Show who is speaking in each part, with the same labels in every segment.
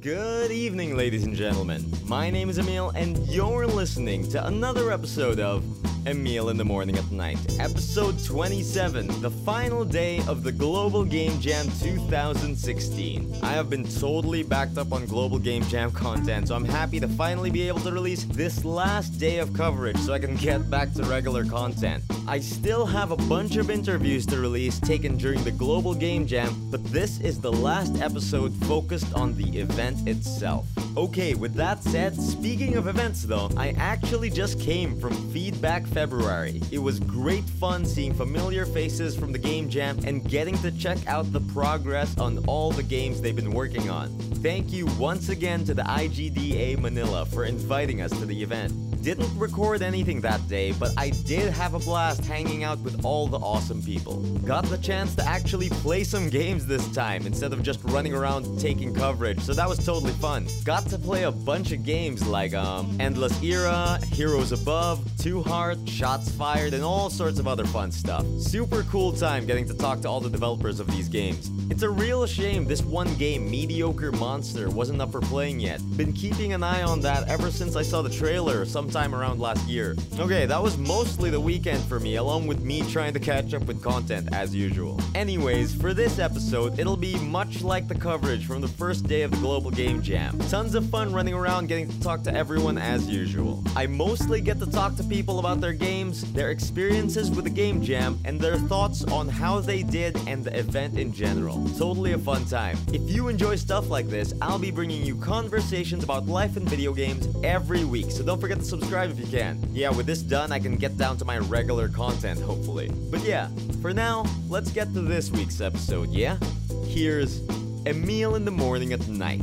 Speaker 1: Good evening, ladies and gentlemen. My name is Emil, and you're listening to another episode of Emil in the Morning at Night, episode 27, the final day of the Global Game Jam 2016. I have been totally backed up on Global Game Jam content, so I'm happy to finally be able to release this last day of coverage so I can get back to regular content. I still have a bunch of interviews to release taken during the Global Game Jam, but this is the last episode focused on the event itself. Okay, with that said, speaking of events though, I actually just came from Feedback February. It was great fun seeing familiar faces from the Game Jam and getting to check out the progress on all the games they've been working on. Thank you once again to the IGDA Manila for inviting us to the event. Didn't record anything that day, but I did have a blast hanging out with all the awesome people. Got the chance to actually play some games this time instead of just running around taking coverage, so that was totally fun. Got to play a bunch of games like um, Endless Era, Heroes Above, Two Heart, Shots Fired, and all sorts of other fun stuff. Super cool time getting to talk to all the developers of these games. It's a real shame this one game, Mediocre Monster, wasn't up for playing yet. Been keeping an eye on that ever since I saw the trailer sometime around last year. Okay, that was mostly the weekend for me, along with me trying to catch up with content as usual. Anyways, for this episode, it'll be much like the coverage from the first day of the Global Game Jam. Tons of fun running around getting to talk to everyone as usual. I mostly get to talk to people about their games, their experiences with the Game Jam, and their thoughts on how they did and the event in general. Totally a fun time. If you enjoy stuff like this, I'll be bringing you conversations about life and video games every week, so don't forget to subscribe if you can. Yeah, with this done, I can get down to my regular content, hopefully. But yeah, for now, let's get to this week's episode, yeah? Here's A Meal in the Morning at Night,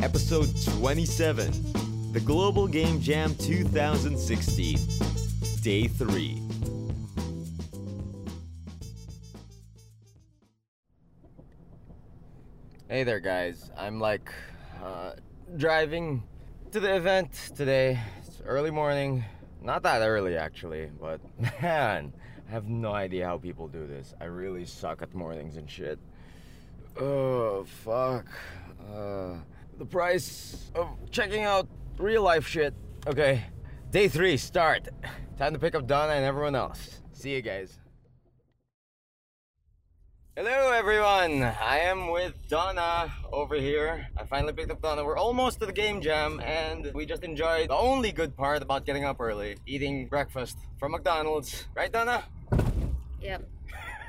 Speaker 1: episode 27, the Global Game Jam 2016, day 3.
Speaker 2: Hey there, guys. I'm like uh, driving to the event today. It's early morning. Not that early, actually, but man, I have no idea how people do this. I really suck at mornings and shit. Oh, fuck. Uh, the price of checking out real life shit. Okay, day three, start. Time to pick up Donna and everyone else. See you guys. Hello, everyone. I am with Donna over here. I finally picked up Donna. We're almost to the game jam, and we just enjoyed the only good part about getting up early eating breakfast from McDonald's. Right, Donna?
Speaker 3: Yep.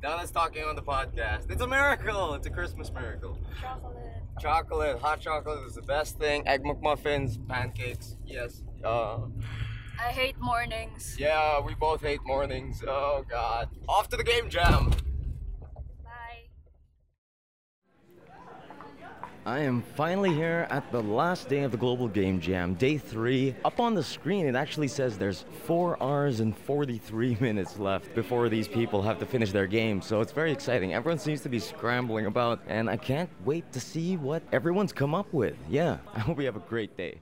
Speaker 2: Donna's talking on the podcast. It's a miracle. It's a Christmas miracle.
Speaker 1: Oh,
Speaker 3: Chocolate.
Speaker 2: Chocolate, hot chocolate is the best thing. Egg McMuffins, pancakes. Yes. Uh,
Speaker 3: I hate mornings.
Speaker 2: yeah, we both hate mornings. Oh, God. Off to the game jam.
Speaker 3: Bye.
Speaker 1: I am finally here at the last day of the Global Game Jam, day three. Up on the screen, it actually says there's four hours and 43 minutes left before these people have to finish their game, so it's very exciting. Everyone seems to be scrambling about, and I can't wait to see what everyone's come up with. Yeah, I hope we have a great day.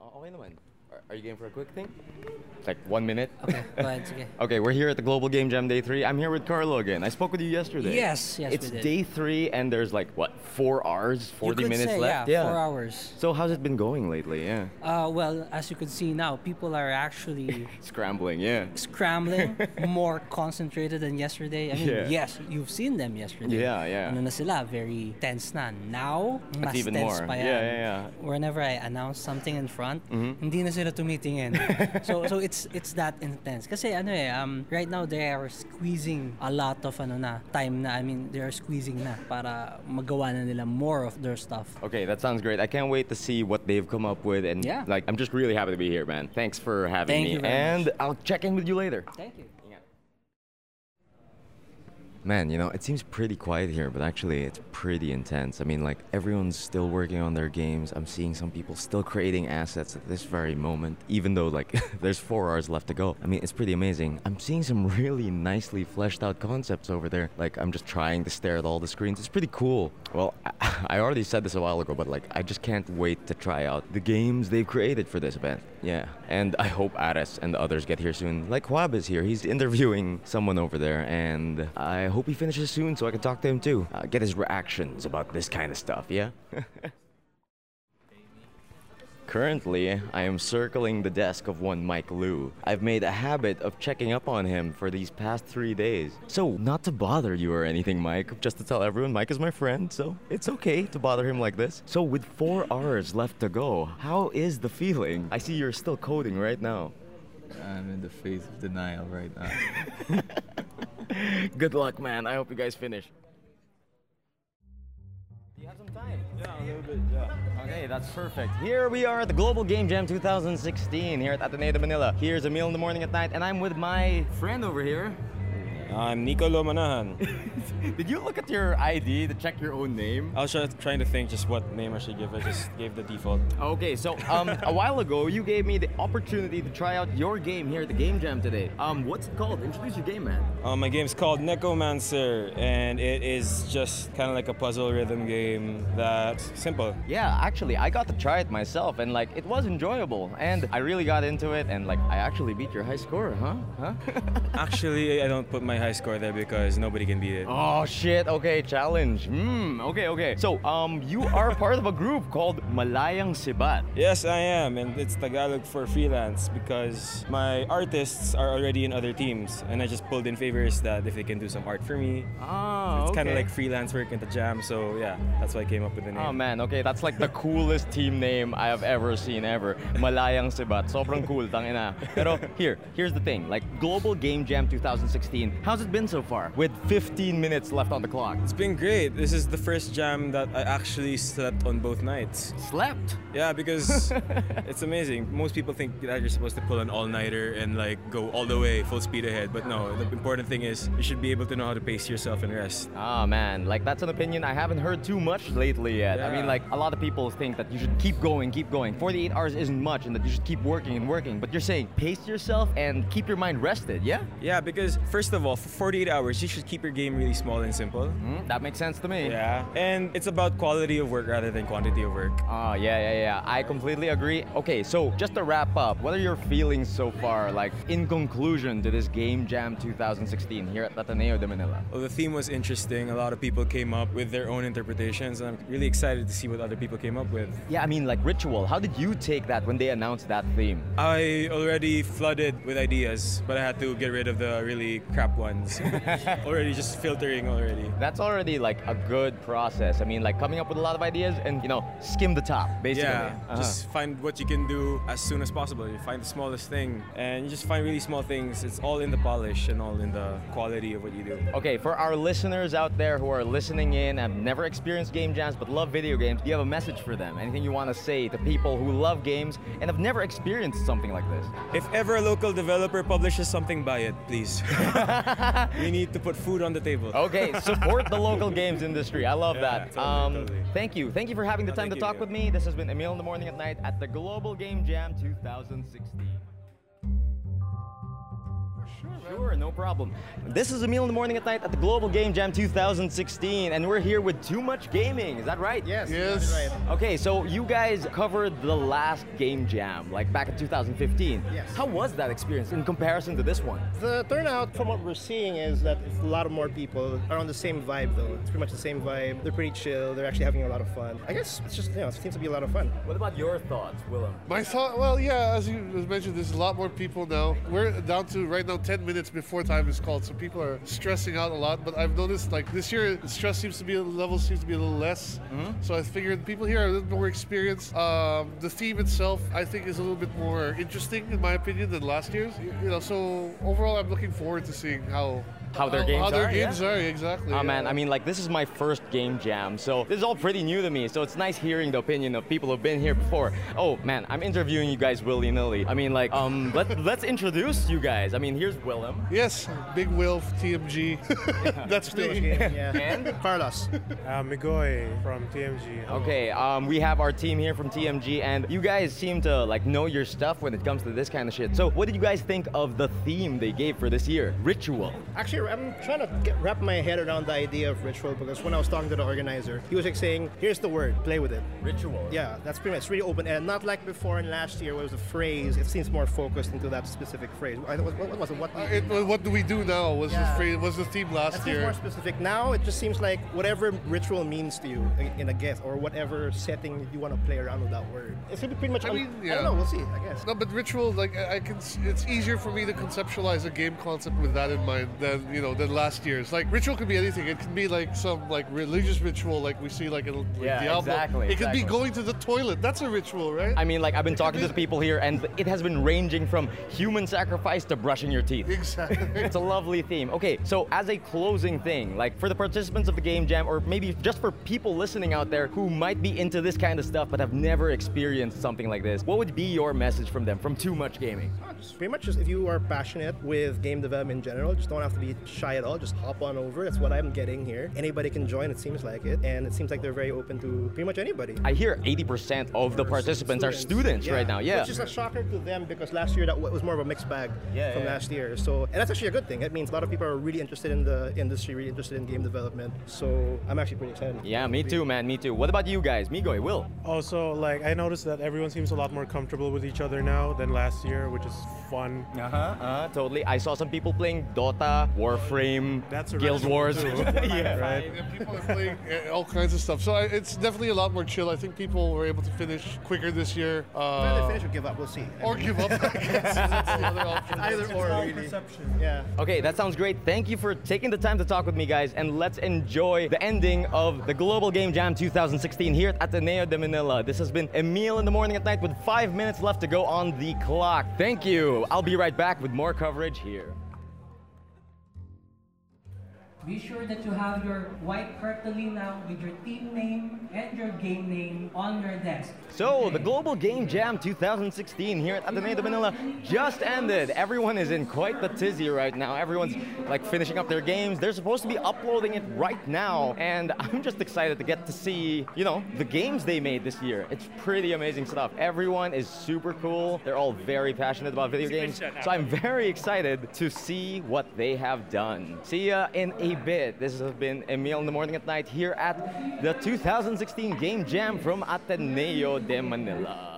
Speaker 1: Oh, wait a minute. Are you game for a quick thing? Like one minute?
Speaker 4: Okay, go ahead, sige.
Speaker 1: Okay, we're here at the Global Game Jam Day 3. I'm here with Carlo again. I spoke with you yesterday.
Speaker 4: Yes, yes,
Speaker 1: It's
Speaker 4: we did.
Speaker 1: day 3 and there's like what? 4 hours, 40
Speaker 4: you could
Speaker 1: minutes
Speaker 4: say,
Speaker 1: left.
Speaker 4: Yeah, four hours.
Speaker 1: So how's it been going lately? Yeah.
Speaker 4: Uh, well, as you could see now, people are actually
Speaker 1: Scrambling, yeah.
Speaker 4: scrambling, more concentrated than yesterday. I mean,
Speaker 1: Yeah.
Speaker 4: yes, you've seen them yesterday.
Speaker 1: Yeah, yeah.
Speaker 4: Ano na sila, very tense na. Now, mas
Speaker 1: even
Speaker 4: tense
Speaker 1: more.
Speaker 4: pa yan.
Speaker 1: Yeah, yeah, yeah. Mm.
Speaker 4: Whenever I announce something in front,
Speaker 5: Mm-hmm.
Speaker 6: Mm.
Speaker 4: hindi na sila tumitingin. so so it's it's that intense. Kasi ano eh, um, right now they are squeezing a lot of ano na, time na. I mean, they are squeezing na para magawa na nila more of their stuff.
Speaker 1: Okay, that sounds great. I can't wait to see what they've come up with and
Speaker 4: Yeah.
Speaker 1: like I'm just really happy to be here, man. Thanks for having
Speaker 4: Thank
Speaker 1: me.
Speaker 4: you very
Speaker 1: and I'll check in with you later.
Speaker 4: Thank you.
Speaker 1: Man, you know, it seems pretty quiet here, but actually it's pretty intense. I mean, like everyone's still working on their games. I'm seeing some people still creating assets at this very moment, even though like there's 4 hours left to go. I mean, it's pretty amazing. I'm seeing some really nicely fleshed out concepts over there. Like I'm just trying to stare at all the screens. It's pretty cool. Well, I already said this a while ago, but like I just can't wait to try out the games they've created for this event. Yeah. And I hope Aris and the others get here soon. Like Huab is here. He's interviewing someone over there and I hope he finishes soon so I can talk to him too. Uh, get his reactions about this kind of stuff, yeah? Currently, I am circling the desk of one Mike Liu. I've made a habit of checking up on him for these past three days. So, not to bother you or anything, Mike, just to tell everyone Mike is my friend, so it's okay to bother him like this. So, with four hours left to go, how is the feeling? I see you're still coding right now.
Speaker 7: I'm in the phase of denial right now.
Speaker 1: Good luck, man. I hope you guys finish. Okay, that's perfect. Here we are at the Global Game Jam 2016 here at Ateneo de Manila. Here's a meal in the morning at night, and I'm with my friend over here.
Speaker 5: I'm Nicolo Manahan.
Speaker 1: Did you look at your ID to check your own name?
Speaker 5: I was try- trying to think just what name I should give. I just gave the default.
Speaker 1: Okay, so um, a while ago you gave me the opportunity to try out your game here at the Game Jam today. Um, what's it called? Introduce your game, man.
Speaker 5: Um, my game's called Necromancer, and it is just kind of like a puzzle rhythm game that's simple.
Speaker 1: Yeah, actually, I got to try it myself, and like it was enjoyable, and I really got into it, and like I actually beat your high score, huh? Huh?
Speaker 5: Actually, I don't put my high score there because nobody can beat it.
Speaker 1: Oh shit, okay, challenge. Hmm, okay, okay. So, um, you are part of a group called Malayang Sibat.
Speaker 5: Yes, I am, and it's Tagalog for freelance because my artists are already in other teams, and I just pulled in favors that if they can do some art for me.
Speaker 1: Ah,
Speaker 5: It's kind of like freelance work at the jam, so yeah, that's why I came up with the name.
Speaker 1: Oh man, okay, that's like the coolest team name I have ever seen ever. Malayang Sibat. Sobrang cool, tangina. Pero here, here's the thing. Like Global Game Jam 2016, how's it been so far? With 15 minutes left on the clock.
Speaker 5: It's been great. This is the first jam that I actually slept on both nights.
Speaker 1: Slept.
Speaker 5: Yeah, because it's amazing. Most people think that you're supposed to pull an all-nighter and like go all the way, full speed ahead. But no, the important thing is you should be able to know how to pace yourself and rest.
Speaker 1: Ah man, like that's an opinion I haven't heard too much lately yet. I mean,
Speaker 5: Yeah.
Speaker 1: like a lot of people think that you should keep going, keep going. 48 hours isn't much, and that you should keep working and working. But you're saying pace yourself and keep your mind rested. Yeah,
Speaker 5: Yeah, because first of all, for 48 hours, you should keep your game really small and simple.
Speaker 1: Hmm, that makes sense to me.
Speaker 5: Yeah, and it's about quality of work rather than quantity of work.
Speaker 1: Ah, yeah, yeah, yeah. I completely agree. Okay, so just to wrap up, what are your feelings so far, like in conclusion to this Game Jam 2016 here at Ateneo de Manila?
Speaker 5: Well, the theme was interesting. A lot of people came up with their own interpretations, and I'm really excited to see what other people came up with.
Speaker 1: Yeah, I mean, like Ritual. How did you take that when they announced that theme?
Speaker 5: I already flooded with ideas, but I had to get rid of the really crap ones. already just filtering already.
Speaker 1: That's already like a good process. I mean, like coming up with a lot of ideas and you know, skim the top basically.
Speaker 5: Yeah,
Speaker 1: Uh-huh.
Speaker 5: just find what you can do as soon as possible. You find the smallest thing, and you just find really small things. It's all in the polish and all in the quality of what you do.
Speaker 1: Okay, for our listeners out there who are listening in, have never experienced game jams but love video games, do you have a message for them? Anything you want to say to people who love games and have never experienced something like this?
Speaker 5: If ever a local developer publishes something, buy it, please. we need to put food on the table.
Speaker 1: Okay, support the local games industry. I love
Speaker 5: Yeah,
Speaker 1: that. Um,
Speaker 5: totally, totally.
Speaker 1: Thank you. Thank you for having the
Speaker 5: No,
Speaker 1: time to
Speaker 5: thank you,
Speaker 1: talk
Speaker 5: yeah.
Speaker 1: with me. This has been Emil in the Morning at Night at the Global Game Jam 2016. Sure, no problem. This is Emil in the Morning at Night at the Global Game Jam 2016, and we're here with Too Much Gaming. Is that right? Yes.
Speaker 7: Yes.
Speaker 1: Okay, so you guys covered the last Game Jam, like back in 2015.
Speaker 8: Yes.
Speaker 1: How was that experience in comparison to this one?
Speaker 8: The turnout, from what we're seeing, is that it's a lot of more people are on the same vibe, though. It's pretty much the same vibe. They're pretty chill. They're actually having a lot of fun. I guess it's just, you know, it seems to be a lot of fun.
Speaker 1: What about your thoughts, Willem?
Speaker 9: My thought, well, yeah, as you as mentioned, there's a lot more people now. We're down to right now 10 minutes before time is called, so people are stressing out a lot. But I've noticed like this year, the stress seems to be, the level seems to be a little less.
Speaker 1: Mm-hmm.
Speaker 9: So I figured people here are a little more experienced. Um, the theme itself, I think, is a little bit more interesting, in my opinion, than last year's. You you know, so overall, I'm looking forward to seeing how.
Speaker 1: How their games
Speaker 9: how their
Speaker 1: are,
Speaker 9: games
Speaker 1: yeah.
Speaker 9: are, exactly.
Speaker 1: Oh man,
Speaker 9: yeah.
Speaker 1: I mean, like this is my first game jam, so this is all pretty new to me. So it's nice hearing the opinion of people who've been here before. Oh man, I'm interviewing you guys willy nilly. I mean, like, um, let let's introduce you guys. I mean, here's Willem.
Speaker 9: Yes, Big Will, TMG. That's me.
Speaker 8: Yeah. Carlos.
Speaker 10: Uh, Migoy from TMG.
Speaker 1: Okay, um, we have our team here from TMG, and you guys seem to like know your stuff when it comes to this kind of shit. So, what did you guys think of the theme they gave for this year? Ritual.
Speaker 8: Actually, to. I'm trying to get, wrap my head around the idea of ritual because when I was talking to the organizer, he was like saying, "Here's the word. Play with it."
Speaker 1: Ritual.
Speaker 8: Yeah, that's pretty much it's really open and not like before and last year where it was a phrase. It seems more focused into that specific phrase. I, what, what was it? What?
Speaker 9: Uh, it, was- what do we do now? Was
Speaker 8: Yeah.
Speaker 9: the phrase, was the theme
Speaker 8: That
Speaker 9: last
Speaker 8: seems more
Speaker 9: year?
Speaker 8: specific. Now it just seems like whatever ritual means to you in- in a guest or whatever setting you want to play around with that word. It's gonna be pretty much.
Speaker 9: I
Speaker 8: un-
Speaker 9: mean,
Speaker 8: I
Speaker 9: yeah.
Speaker 8: don't know. We'll see. I guess.
Speaker 9: No, but ritual, like I I can, s- it's easier for me to conceptualize a game concept with that in mind than you know than last year's. Like ritual could be anything. It can be like some like religious ritual, like we see like in like,
Speaker 1: Yeah,
Speaker 9: the album.
Speaker 1: exactly,
Speaker 9: It could be
Speaker 1: exactly.
Speaker 9: going to the toilet. That's a ritual, right?
Speaker 1: I mean, like, I've been talking to the people here, and it has been ranging from human sacrifice to brushing your teeth.
Speaker 9: exactly.
Speaker 1: It's a lovely theme. Okay, so as a closing thing, like for the participants of the game jam, or maybe just for people listening out there who might be into this kind of stuff but have never experienced something like this, what would be your message from them from Too Much Gaming?
Speaker 8: Ah, just pretty much just if you are passionate with game development in general, just don't have to be shy at all. Just hop on over. That's what I'm getting here. Anybody can join. It seems like it, and it seems like they're very open to pretty much anybody.
Speaker 1: I hear 80% of the participants are students right now. Yeah.
Speaker 8: Which is a shocker to them because last year that wa- was more of a mixed bag
Speaker 1: Yeah,
Speaker 8: from
Speaker 1: yeah.
Speaker 8: last year. So, and that's actually a good thing. That means a lot of people are really interested in the industry, really interested in game development. So, I'm actually pretty excited.
Speaker 1: Yeah, me too, man. Me too. What about you guys? Migoy, Will.
Speaker 11: Also, like I noticed that everyone seems a lot more comfortable with each other now than last year, which is fun.
Speaker 1: Uh huh. Uh-huh, totally. I saw some people playing Dota, Warframe,
Speaker 11: That's a
Speaker 1: Guild
Speaker 11: ritual
Speaker 1: Wars.
Speaker 11: too.
Speaker 1: yeah.
Speaker 11: Right?
Speaker 9: Yeah, people are playing uh, all kinds of stuff. So I, it's definitely a lot more chill. I think people were able to finish quicker this year.
Speaker 8: Whether they
Speaker 9: Uh,
Speaker 8: finish or give up, we'll see. I
Speaker 9: or
Speaker 8: mean,
Speaker 9: give up. I guess. That's the other option.
Speaker 8: either or, really. Yeah.
Speaker 1: Okay, that sounds great. Thank you for taking the time to talk with me, guys, and let's enjoy the ending of the Global Game Jam 2016 here at Ateneo de Manila. This has been a meal in the morning at night with five minutes left to go on the clock. Thank you. I'll be right back with more coverage here.
Speaker 6: Be sure that you have your white cartolina with your team name and your game name on your desk.
Speaker 1: So, the Global Game Jam 2016 here at Ateneo de Manila just ended. Everyone is in quite the tizzy right now. Everyone's like finishing up their games. They're supposed to be uploading it right now. And I'm just excited to get to see, you know, the games they made this year. It's pretty amazing stuff. Everyone is super cool. They're all very passionate about video games. So, I'm very excited to see what they have done. See ya in a bit. This has been Emil in the Morning at Night here at the 2016 Game Jam from Ateneo de Manila.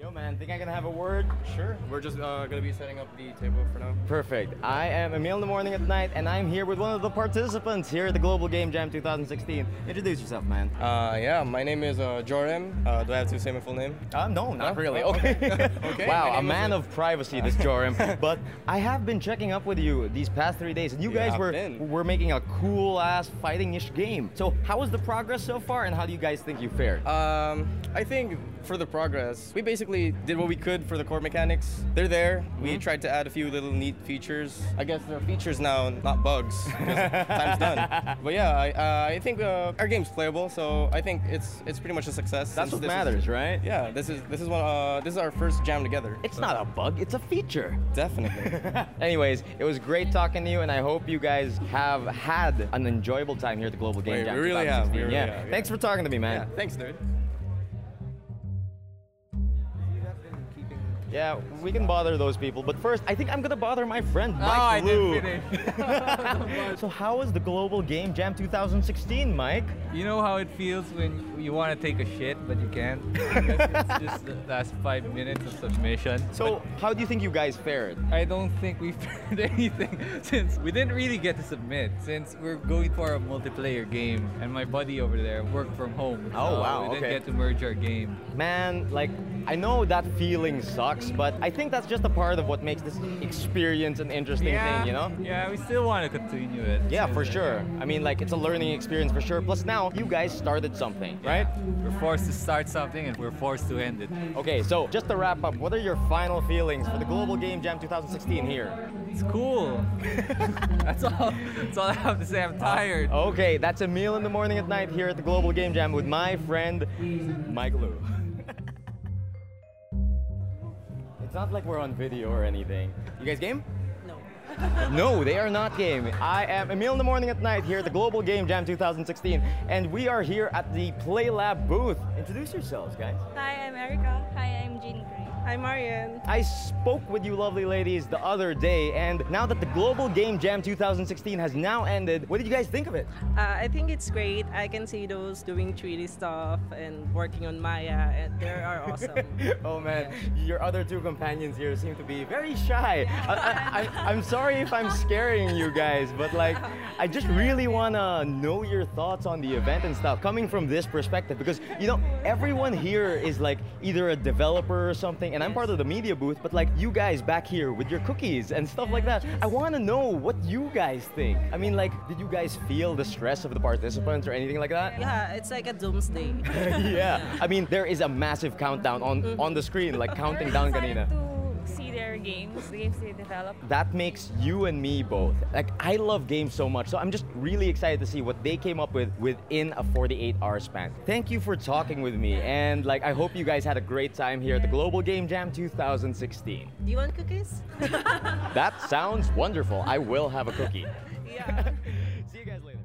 Speaker 1: Yo, man, think I can have a word? Sure.
Speaker 5: We're just uh, gonna be setting up the table for now.
Speaker 1: Perfect. I am Emil in the Morning at Night, and I'm here with one of the participants here at the Global Game Jam 2016. Introduce yourself, man.
Speaker 5: Uh, yeah, my name is uh, Jorem. Uh, do I have to say my full name?
Speaker 1: Uh, no, not really.
Speaker 5: Oh,
Speaker 1: Okay.
Speaker 5: Okay,
Speaker 1: Wow,
Speaker 5: my
Speaker 1: a
Speaker 5: name is-
Speaker 1: man of privacy, this Joram. but I have been checking up with you these past three days, and you
Speaker 5: Yeah,
Speaker 1: guys
Speaker 5: I've
Speaker 1: were
Speaker 5: been.
Speaker 1: were making a cool ass fighting ish game. So how is the progress so far, and how do you guys think you fared?
Speaker 5: Um, I think for the progress, we basically did what we could for the core mechanics. They're there.
Speaker 1: Mm-hmm.
Speaker 5: We tried to add a few little neat features. I guess they're features now, not bugs. 'cause time's done. But yeah, I, uh, I think uh, our game's playable, so I think it's it's pretty much a success.
Speaker 1: That's
Speaker 5: since
Speaker 1: what
Speaker 5: this is-
Speaker 1: matters, right?
Speaker 5: yeah, this is this is one. Uh, this is our first jam together.
Speaker 1: It's not a bug, it's a feature.
Speaker 5: Definitely.
Speaker 1: Anyways, it was great talking to you, and I hope you guys have had an enjoyable time here at the Global Game
Speaker 5: Wait,
Speaker 1: Jam.
Speaker 5: we really have, we
Speaker 1: 2016.
Speaker 5: really
Speaker 1: yeah.
Speaker 5: have, yeah.
Speaker 1: Thanks for talking to me, man.
Speaker 5: yeah. Thanks, dude.
Speaker 1: Yeah, we can bother those people, but first, I think I'm gonna bother my friend Mike
Speaker 5: Oh, I didn't
Speaker 1: Liu. so, how was the Global Game Jam 2016, Mike?
Speaker 3: You know how it feels when you want to take a shit but you can't? Because it's just the last five minutes of submission.
Speaker 1: So, how do you think you guys fared?
Speaker 3: I don't think we found anything since we didn't really get to submit since we're going for a multiplayer game and my buddy over there worked from home.
Speaker 1: Oh,
Speaker 3: so
Speaker 1: wow,
Speaker 3: We didn't
Speaker 1: okay.
Speaker 3: get to merge our game.
Speaker 1: Man, like, I know that feeling sucks, but I think that's just a part of what makes this experience an interesting thing, you know?
Speaker 3: Yeah, we still want to continue it.
Speaker 1: Yeah, for sure. I mean, like, it's a learning experience for sure. Plus, now you guys started something, right?
Speaker 3: We're forced to start something and we're forced to end it.
Speaker 1: Okay, so just to wrap up, what are your final feelings for the Global Game Jam 2016 here?
Speaker 3: It's cool. that's all. That's all I have to say. I'm tired.
Speaker 1: Okay, that's a meal in the morning at night here at the Global Game Jam with my friend Mike Lou. it's not like we're on video or anything. You guys game? No, they are not game. I am Emil in the morning at night here at the Global Game Jam 2016, and we are here at the Play Lab booth. Introduce yourselves, guys.
Speaker 12: Hi, I'm Erica. Hi, I'm Jean Grey. Hi, Marian.
Speaker 1: I spoke with you lovely ladies the other day, and now that the Global Game Jam 2016 has now ended, what did you guys think of it?
Speaker 12: Uh, I think it's great. I can see those doing 3D stuff and working on Maya, and they are awesome.
Speaker 13: oh man, your other two companions here seem to be very shy. I, I, I, am sorry if I'm scaring you guys, but like, I just really wanna know your thoughts on the event and stuff, coming from this perspective, because you know, everyone here is like either a developer or something, and I'm part of the media booth, but like you guys back here with your cookies and stuff like that, I wanna know what you guys think. I mean, like, did you guys feel the stress of the participants or anything like that?
Speaker 12: Yeah, it's like a doomsday.
Speaker 1: yeah. I mean, there is a massive countdown on on the screen, like counting down kanina.
Speaker 14: See their games, the games they develop.
Speaker 1: That makes you and me both. Like I love games so much, so I'm just really excited to see what they came up with within a 48-hour span. Thank you for talking with me, and like I hope you guys had a great time here at the Global Game Jam 2016.
Speaker 12: Do you want cookies?
Speaker 1: That sounds wonderful. I will have a cookie.
Speaker 12: yeah.
Speaker 1: See you guys later.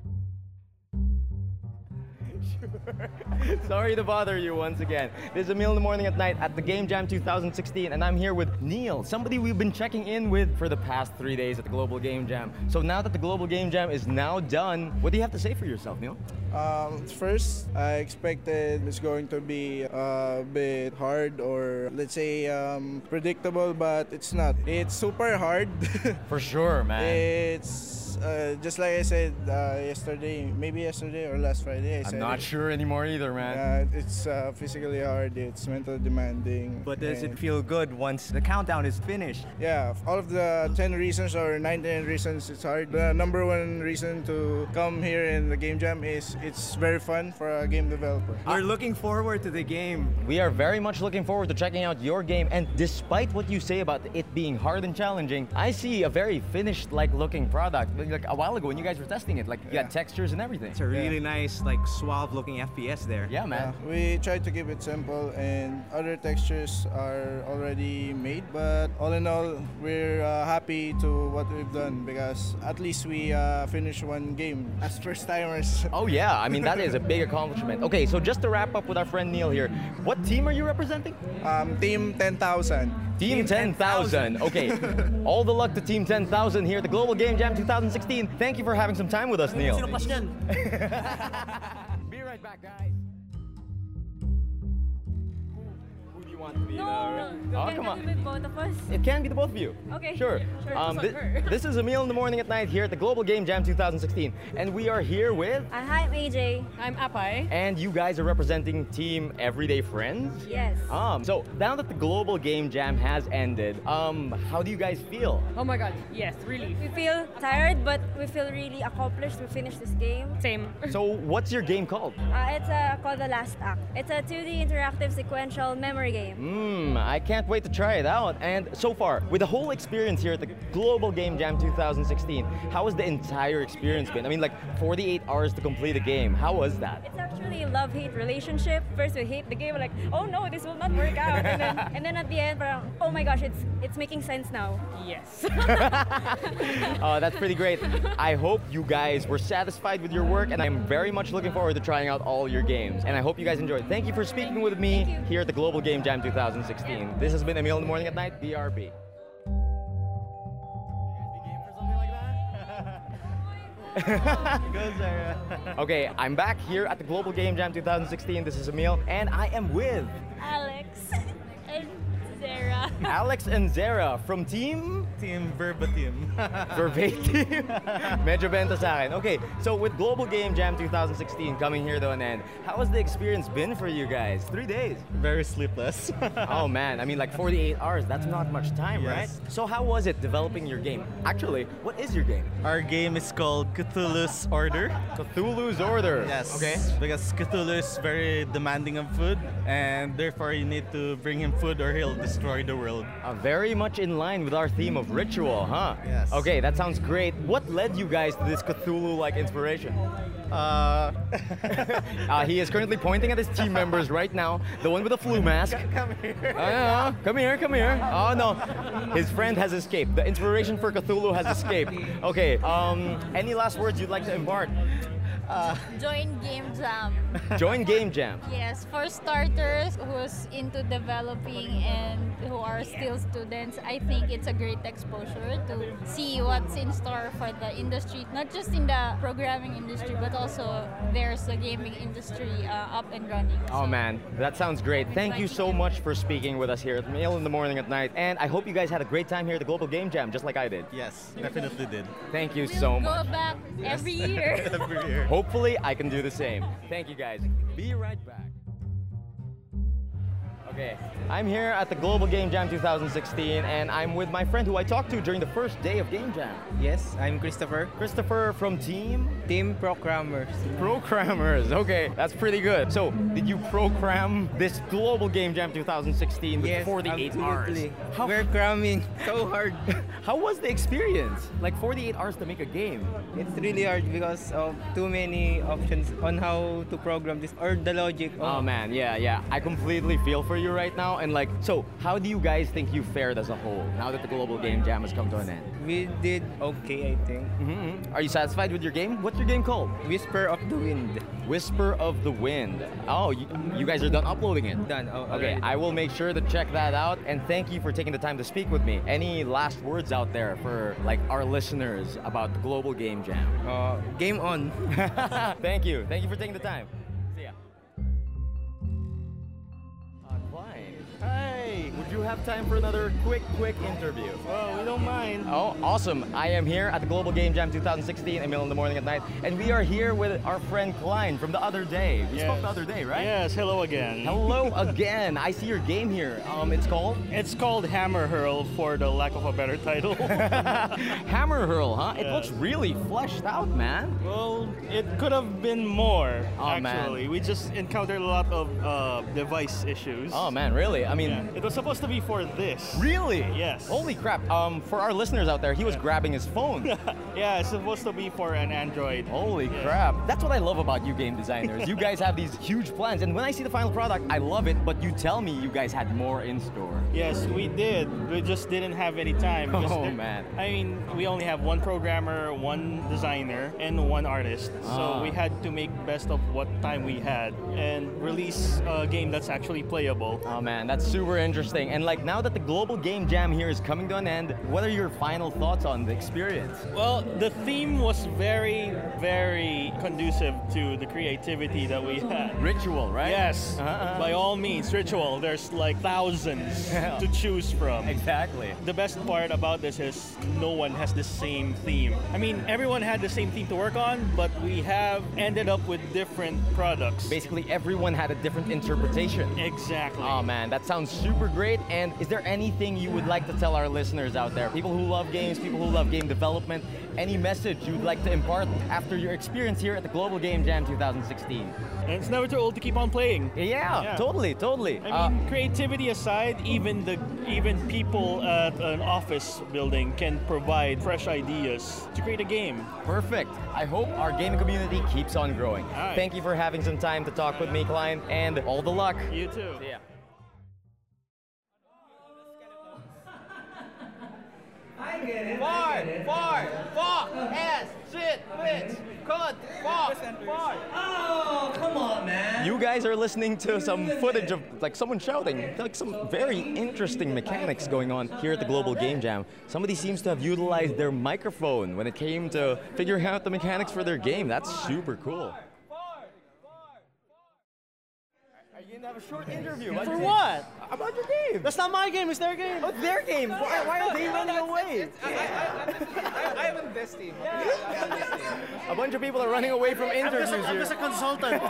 Speaker 1: Sorry to bother you once again. This is Emil in the morning at night at the Game Jam 2016, and I'm here with Neil, somebody we've been checking in with for the past three days at the Global Game Jam. So now that the Global Game Jam is now done, what do you have to say for yourself, Neil?
Speaker 15: Um, at first, I expected it's going to be a bit hard or let's say um, predictable, but it's not. It's super hard.
Speaker 1: For sure, man.
Speaker 15: It's uh, just like I said uh, yesterday, maybe yesterday or last Friday. I
Speaker 1: I'm
Speaker 15: said
Speaker 1: not
Speaker 15: it.
Speaker 1: sure anymore either, man.
Speaker 15: Yeah, it's uh, physically hard. It's mentally demanding.
Speaker 3: But does
Speaker 15: and-
Speaker 3: it feel good once the countdown is finished?
Speaker 15: yeah, all of the 10 reasons or 9 10 reasons it's hard. The number one reason to come here in the game jam is it's very fun for a game developer.
Speaker 3: We're looking forward to the game.
Speaker 1: We are very much looking forward to checking out your game, and despite what you say about it being hard and challenging, I see a very finished-like looking product. Like a while ago when you guys were testing it, like you got textures and everything.
Speaker 3: It's a really nice, like suave looking FPS there.
Speaker 1: Yeah, man.
Speaker 15: Yeah, we try to keep it simple and other textures are already made, but all in all, we're uh, happy to what we've done because at least we uh, finished one game as first timers.
Speaker 1: Oh yeah, I mean that is a big accomplishment. Okay, so just to wrap up with our friend Neil here, what team are you representing?
Speaker 15: Um, team 10,000.
Speaker 1: Team 10,000. Okay, all the luck to Team 10,000 here at the Global Game Jam 2016. Thank you for having some time with us, Neil. Be right back, guys. Who do you want to be?
Speaker 14: No, no.
Speaker 1: Oh, come
Speaker 14: Can- can
Speaker 1: on.
Speaker 14: we be both of us?
Speaker 1: It can be the both of you.
Speaker 14: Okay.
Speaker 1: Sure.
Speaker 14: Sure,
Speaker 1: Um,
Speaker 14: just
Speaker 1: thi-
Speaker 14: on her.
Speaker 1: this is Emil in the morning at night here at the Global Game Jam 2016, and we are here with.
Speaker 14: Uh, hi, I'm AJ. I'm Apai.
Speaker 1: And you guys are representing Team Everyday Friends.
Speaker 14: Yes.
Speaker 1: Um. So now that the Global Game Jam has ended, um, how do you guys feel?
Speaker 14: Oh my god, yes, really. We feel tired, but we feel really accomplished. We finished this game. Same.
Speaker 1: So what's your game called?
Speaker 14: Uh, it's uh, called The Last Act. It's a 2D interactive sequential memory game.
Speaker 1: Mmm, I can't wait to try it out. And so far, with the whole experience here at the Global Game Jam 2016, how has the entire experience been? I mean, like 48 hours to complete a game. How was that?
Speaker 14: It's actually a love-hate relationship. First we hate the game, we're like, oh no, this will not work out. And then, and then at the end, parang, oh my gosh, it's it's making sense now. Yes.
Speaker 1: Uh, that's pretty great. I hope you guys were satisfied with your work, and I'm very much looking forward to trying out all your games. And I hope you guys enjoyed. Thank you for speaking with me here at the Global Game Jam 2016. This has been Emil in the Morning at Night, BRB. Okay, I'm back here at the Global Game Jam 2016. This is Emil, and I am with
Speaker 14: Alex and Sarah.
Speaker 1: Alex and Zara from Team
Speaker 3: Team Verbatim.
Speaker 1: Verbatim. Medyo benta sa akin. Okay, so with Global Game Jam 2016 coming here to an end, how has the experience been for you guys? Three days.
Speaker 3: Very sleepless.
Speaker 1: oh man, I mean like 48 hours, that's not much time, right?
Speaker 3: Yes.
Speaker 1: So how was it developing your game? Actually, what is your game?
Speaker 3: Our game is called Cthulhu's Order.
Speaker 1: Cthulhu's Order.
Speaker 3: Yes.
Speaker 1: Okay.
Speaker 3: Because Cthulhu is very demanding of food, and therefore you need to bring him food or he'll destroy the world.
Speaker 1: Uh, very much in line with our theme of ritual, huh?
Speaker 3: Yes.
Speaker 1: Okay, that sounds great. What led you guys to this Cthulhu-like inspiration?
Speaker 3: Uh,
Speaker 1: Uh, he is currently pointing at his team members right now. The one with the flu mask.
Speaker 3: come here.
Speaker 1: Oh, yeah, yeah. Come here, come here. Oh no, his friend has escaped. The inspiration for Cthulhu has escaped. Okay. Um, any last words you'd like to impart? Uh,
Speaker 16: Join Game Jam.
Speaker 1: join Game Jam.
Speaker 16: Yes, for starters who's into developing and who are still students, I think it's a great exposure to see what's in store for the industry, not just in the programming industry, but also there's the gaming industry uh, up and running.
Speaker 1: Oh man, that sounds great. Thank you so much for speaking with us here at Mail in the Morning at Night. And I hope you guys had a great time here at the Global Game Jam, just like I did. Yes,
Speaker 17: definitely did.
Speaker 1: Thank you so much.
Speaker 16: Go back every year.
Speaker 1: Hopefully, I can do the same. Thank you guys. Be right back. Okay, I'm here at the Global Game Jam 2016, and I'm with my friend who I talked to during the first day of Game Jam.
Speaker 18: Yes, I'm Christopher.
Speaker 1: Christopher from Team?
Speaker 18: Team Programmers.
Speaker 1: Programmers, okay, that's pretty good. So, did you program this Global Game Jam 2016 with
Speaker 18: Yes,
Speaker 1: 48
Speaker 18: absolutely.
Speaker 1: hours?
Speaker 18: We're cramming so hard.
Speaker 1: How was the experience? Like 48 hours to make a game.
Speaker 18: It's really hard because of too many options on how to program this or the logic.
Speaker 1: Oh man, yeah, yeah. I completely feel for you right now. And like, so how do you guys think you fared as a whole now that the global game jam has come to an end?
Speaker 18: We did okay, I think.
Speaker 1: Mm-hmm. Are you satisfied with your game? What's your game called?
Speaker 18: Whisper of the Wind.
Speaker 1: Whisper of the Wind. Oh, you, you guys are done uploading it.
Speaker 18: Done. Oh,
Speaker 1: Okay,
Speaker 18: alright.
Speaker 1: I will make sure to check that out. And thank you for taking the time to speak with me. Any last words out there for like our listeners about the global game jam?
Speaker 18: Uh, game on.
Speaker 1: thank you. Thank you for taking the time. See ya. Hi. Would you have time for another quick, quick interview?
Speaker 15: Well, we don't mind.
Speaker 1: Oh, awesome. I am here at the Global Game Jam 2016, a middle in the morning at night, and we are here with our friend Klein from the other day. We spoke the other day, right?
Speaker 19: Yes, hello again.
Speaker 1: Hello again. I see your game here. Um, it's called?
Speaker 19: It's called Hammer Hurl for the lack of a better title.
Speaker 1: Hammer Hurl, huh? It looks really fleshed out, man.
Speaker 19: Well, it could have been more,
Speaker 1: Oh, man.
Speaker 19: actually. We just encountered a lot of uh, device issues.
Speaker 1: Oh man, really? I mean,
Speaker 19: Yeah. it was supposed to be for this.
Speaker 1: Really?
Speaker 19: Yes.
Speaker 1: Holy crap. Um, for our listeners out there, he was grabbing his phone.
Speaker 19: Yeah, it's supposed to be for an Android.
Speaker 1: Holy crap. That's what I love about you game designers. you guys have these huge plans, and when I see the final product, I love it, but you tell me you guys had more in store.
Speaker 19: Yes, we did. We just didn't have any time. because
Speaker 1: Oh,
Speaker 19: there-
Speaker 1: man.
Speaker 19: I mean, we only have one programmer, one designer, and one artist.
Speaker 1: Ah.
Speaker 19: So we had to make best of what time we had and release a uh, game that's actually playable.
Speaker 1: Oh man, that's super interesting. And like now that the global game jam here is coming to an end, what are your final thoughts on the experience?
Speaker 19: Well, the theme was very, very conducive to the creativity that we had.
Speaker 1: Ritual, right?
Speaker 19: Yes.
Speaker 1: Uh-huh, uh-huh.
Speaker 19: By all means, ritual. There's like thousands to choose from.
Speaker 1: Exactly.
Speaker 19: The best part about this is no one has the same theme. I mean, everyone had the same theme to work on, but we have ended up with different products.
Speaker 1: Basically, everyone had a different interpretation.
Speaker 19: Exactly.
Speaker 1: Oh man, that sounds super great. And is there anything you would like to tell our listeners out there? People who love games, people who love game development, any message you'd like to impart after your experience here at the Global Game Jam 2016?
Speaker 19: And it's never too old to keep on playing.
Speaker 1: Yeah, totally, totally. Uh,
Speaker 19: I mean, creativity aside, even the even people at an office building can provide fresh ideas to create a game.
Speaker 1: Perfect. I hope our gaming community keeps on growing. Thank you for having some time to talk with me, Klein, and all the luck.
Speaker 19: You too. Yeah.
Speaker 6: I get it. Fart, fart, fart, ass, shit, bitch, cunt, fart, fart. Oh, come on, man.
Speaker 1: You guys are listening to some footage of like someone shouting, like some very interesting mechanics going on here at the Global Game Jam. Somebody seems to have utilized their microphone when it came to figuring out the mechanics for their game. That's super cool. You didn't have a short interview.
Speaker 6: Why'd
Speaker 1: you- About your game.
Speaker 6: That's not my game. It's their game.
Speaker 1: Oh, it's their game. Why, why are they running away?
Speaker 6: I, am in this team.
Speaker 1: A bunch of people are running away from interviews here.
Speaker 6: consultant.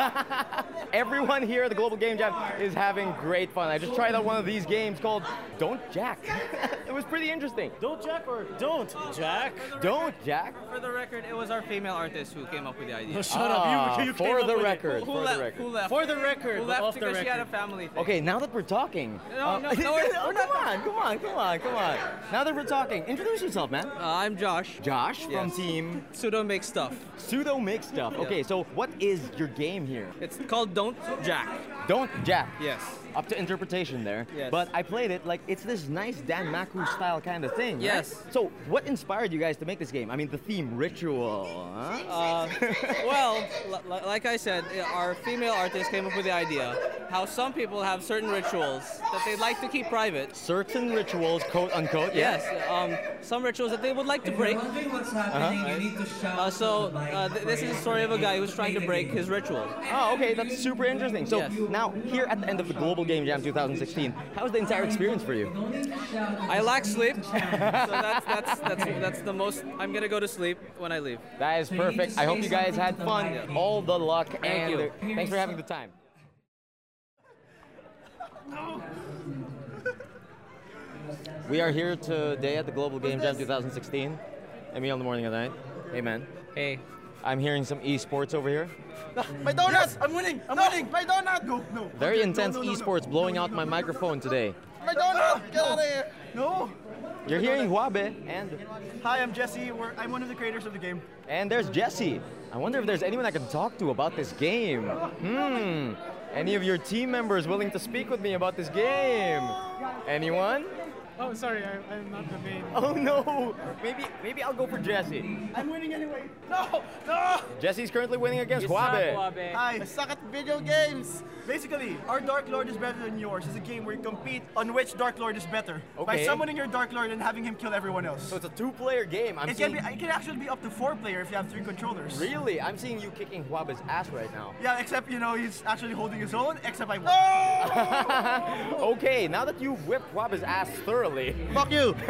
Speaker 1: Everyone here at the Global Game Jam is having great fun. I just tried out one of these games called Don't Jack. it was pretty interesting.
Speaker 19: Don't Jack or Don't Jack?
Speaker 1: Don't Jack?
Speaker 18: For the record, it was our female artist who came up with the idea.
Speaker 1: No, shut up. You- Ah, you came for up the with it. record,
Speaker 18: Who,
Speaker 1: for the
Speaker 18: left,
Speaker 1: record.
Speaker 18: who left?
Speaker 6: For the record,
Speaker 18: Who
Speaker 6: but
Speaker 18: left
Speaker 6: off the
Speaker 18: because she had a
Speaker 6: record.
Speaker 18: family thing.
Speaker 1: Okay, now that we're talking.
Speaker 18: No, no, no,
Speaker 1: oh,
Speaker 18: we're- we're not-
Speaker 1: come on, come on, come on, come on. Now that we're talking, introduce yourself, man.
Speaker 20: Uh,
Speaker 18: I'm Josh.
Speaker 1: Josh from
Speaker 18: Yes.
Speaker 1: Team
Speaker 18: Pseudo Make Stuff.
Speaker 1: Pseudo Make Stuff.
Speaker 18: Yeah.
Speaker 1: Okay, so what is your game here?
Speaker 18: It's called Don't Jack.
Speaker 1: Don't Jack.
Speaker 18: Yes.
Speaker 1: up to interpretation there.
Speaker 2: Yes.
Speaker 1: But I played it like it's this nice Dan Maku style kind of thing. right?
Speaker 2: Yes.
Speaker 1: So what inspired you guys to make this game? I mean, the theme ritual. Huh?
Speaker 20: Uh, well, li- li- like I said, eh, our female artist came up with the idea how some people have certain rituals that they like to keep private.
Speaker 1: Certain rituals, quote unquote. yeah?
Speaker 20: Yes, um, some rituals that they would like to break.
Speaker 1: Uh-huh. happening,
Speaker 20: Uh, so uh, th- this is the story of a guy who's trying to break his ritual.
Speaker 1: Oh, okay, that's super interesting. So now, here at the end of the Global Game Jam 2016, how was the entire experience for you?
Speaker 20: I lack sleep, so that's, that's, that's, that's the most. I'm gonna go to sleep when I leave.
Speaker 1: That is perfect. I hope you guys had fun. All the luck.
Speaker 20: Thank
Speaker 1: and
Speaker 20: you.
Speaker 1: Thanks for having the time. We are here today at the Global Game Jam 2016. Emil in the morning of the night. Hey, man. Hey. I'm hearing some esports over here.
Speaker 6: My donuts! I'm winning! I'm winning! My donut! No, no.
Speaker 1: Very intense esports blowing out my microphone today.
Speaker 6: My
Speaker 21: Ah,
Speaker 6: donut! Get out of here! No!
Speaker 1: You're hearing Huabe, and
Speaker 21: Hi, I'm Jesse. We're, I'm one of the creators of the game.
Speaker 1: and there's Jesse. I wonder if there's anyone I can talk to about this game. Hmm. Any of your team members willing to speak with me about this game? Anyone?
Speaker 22: Oh, sorry, I, I'm not the main.
Speaker 1: Oh no! Maybe maybe I'll go for Jesse.
Speaker 22: I'm winning anyway. No, no.
Speaker 1: Jesse's currently winning against Huabe.
Speaker 21: Hi. I suck at video games. Basically, our Dark Lord is better than yours. It's a game where you compete on which Dark Lord is better by
Speaker 1: Okay.
Speaker 21: summoning your Dark Lord and having him kill everyone else. So
Speaker 1: it's a two-player game. I'm
Speaker 21: it can, be,
Speaker 1: seeing-
Speaker 21: it can actually be up to four-player if you have three controllers.
Speaker 1: Really? I'm seeing you kicking Huabe's ass right now.
Speaker 21: Yeah, except you know he's actually holding his own. Except I won.
Speaker 1: Oh! okay, now that you've whipped Waba's ass thoroughly. Fuck you!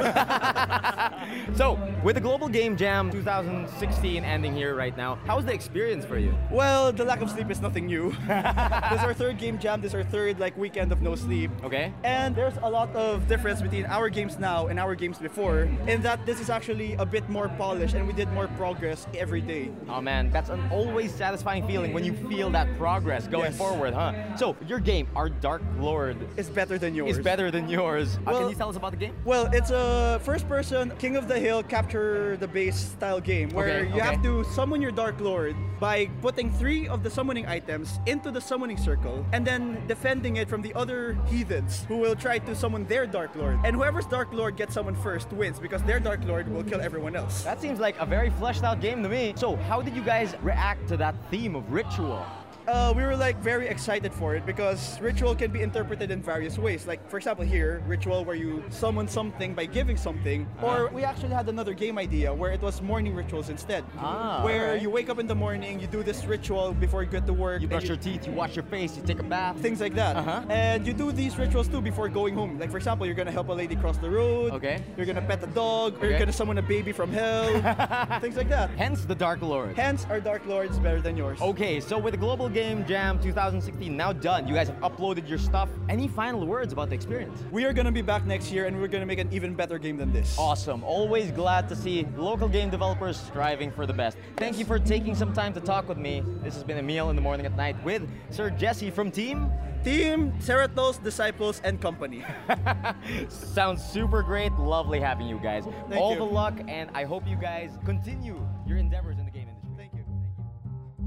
Speaker 1: so, with the Global Game Jam 2016 ending here right now, how was the experience for you?
Speaker 21: Well, the lack of sleep is nothing new. this is our third game jam. This is our third like weekend of no sleep.
Speaker 1: Okay.
Speaker 21: And there's a lot of difference between our games now and our games before, in that this is actually a bit more polished and we did more progress every day.
Speaker 1: Oh man, that's an always satisfying feeling when you feel that progress going
Speaker 21: Yes.
Speaker 1: forward, huh? So, your game, Our Dark Lord,
Speaker 21: is better than yours.
Speaker 1: Is better than yours. Uh, can
Speaker 21: Well-
Speaker 1: you tell us about the game?
Speaker 21: Well, it's a first-person King of the Hill capture the base style game where
Speaker 1: Okay,
Speaker 21: you have
Speaker 1: okay.
Speaker 21: to summon your Dark Lord by putting three of the summoning items into the summoning circle and then defending it from the other heathens who will try to summon their Dark Lord. And whoever's Dark Lord gets summoned first wins because their Dark Lord will kill everyone else.
Speaker 1: That seems like a very fleshed out game to me. So, how did you guys react to that theme of ritual?
Speaker 21: uh, we were like very excited for it because ritual can be interpreted in various ways. Like for example here, ritual where you summon something by giving something,
Speaker 1: Uh-huh.
Speaker 21: or we actually had another game idea where it was morning rituals instead,
Speaker 1: Ah,
Speaker 21: where
Speaker 1: alright.
Speaker 21: you wake up in the morning, you do this ritual before you get to work,
Speaker 1: You
Speaker 21: and
Speaker 1: brush your teeth, you wash your face, you take a bath,
Speaker 21: things like that,
Speaker 1: Uh-huh.
Speaker 21: and you do these rituals too before going home. Like for example, you're gonna help a lady cross the road, okay, you're gonna pet a dog, or you're
Speaker 1: Okay.
Speaker 21: gonna summon a baby from hell, things like that.
Speaker 1: Hence the Dark Lord.
Speaker 21: Hence our Dark Lord's better than yours.
Speaker 1: Okay, so with the Global Game Jam 2016 now done, you guys have uploaded your stuff. Any final words about the experience?
Speaker 21: We are gonna be back next year, and we're gonna make an even better game than this.
Speaker 1: Awesome. Always glad to see local game developers striving for the best. Thank you for taking some time to talk with me. This has been a meal in the morning at night with Sir Jesse from Team
Speaker 21: Team Cerritos Disciples and Company.
Speaker 1: Sounds super great. Lovely having you guys.
Speaker 21: Thank
Speaker 1: All
Speaker 21: you.
Speaker 1: the luck, and I hope you guys continue your endeavors in the game industry. Thank you.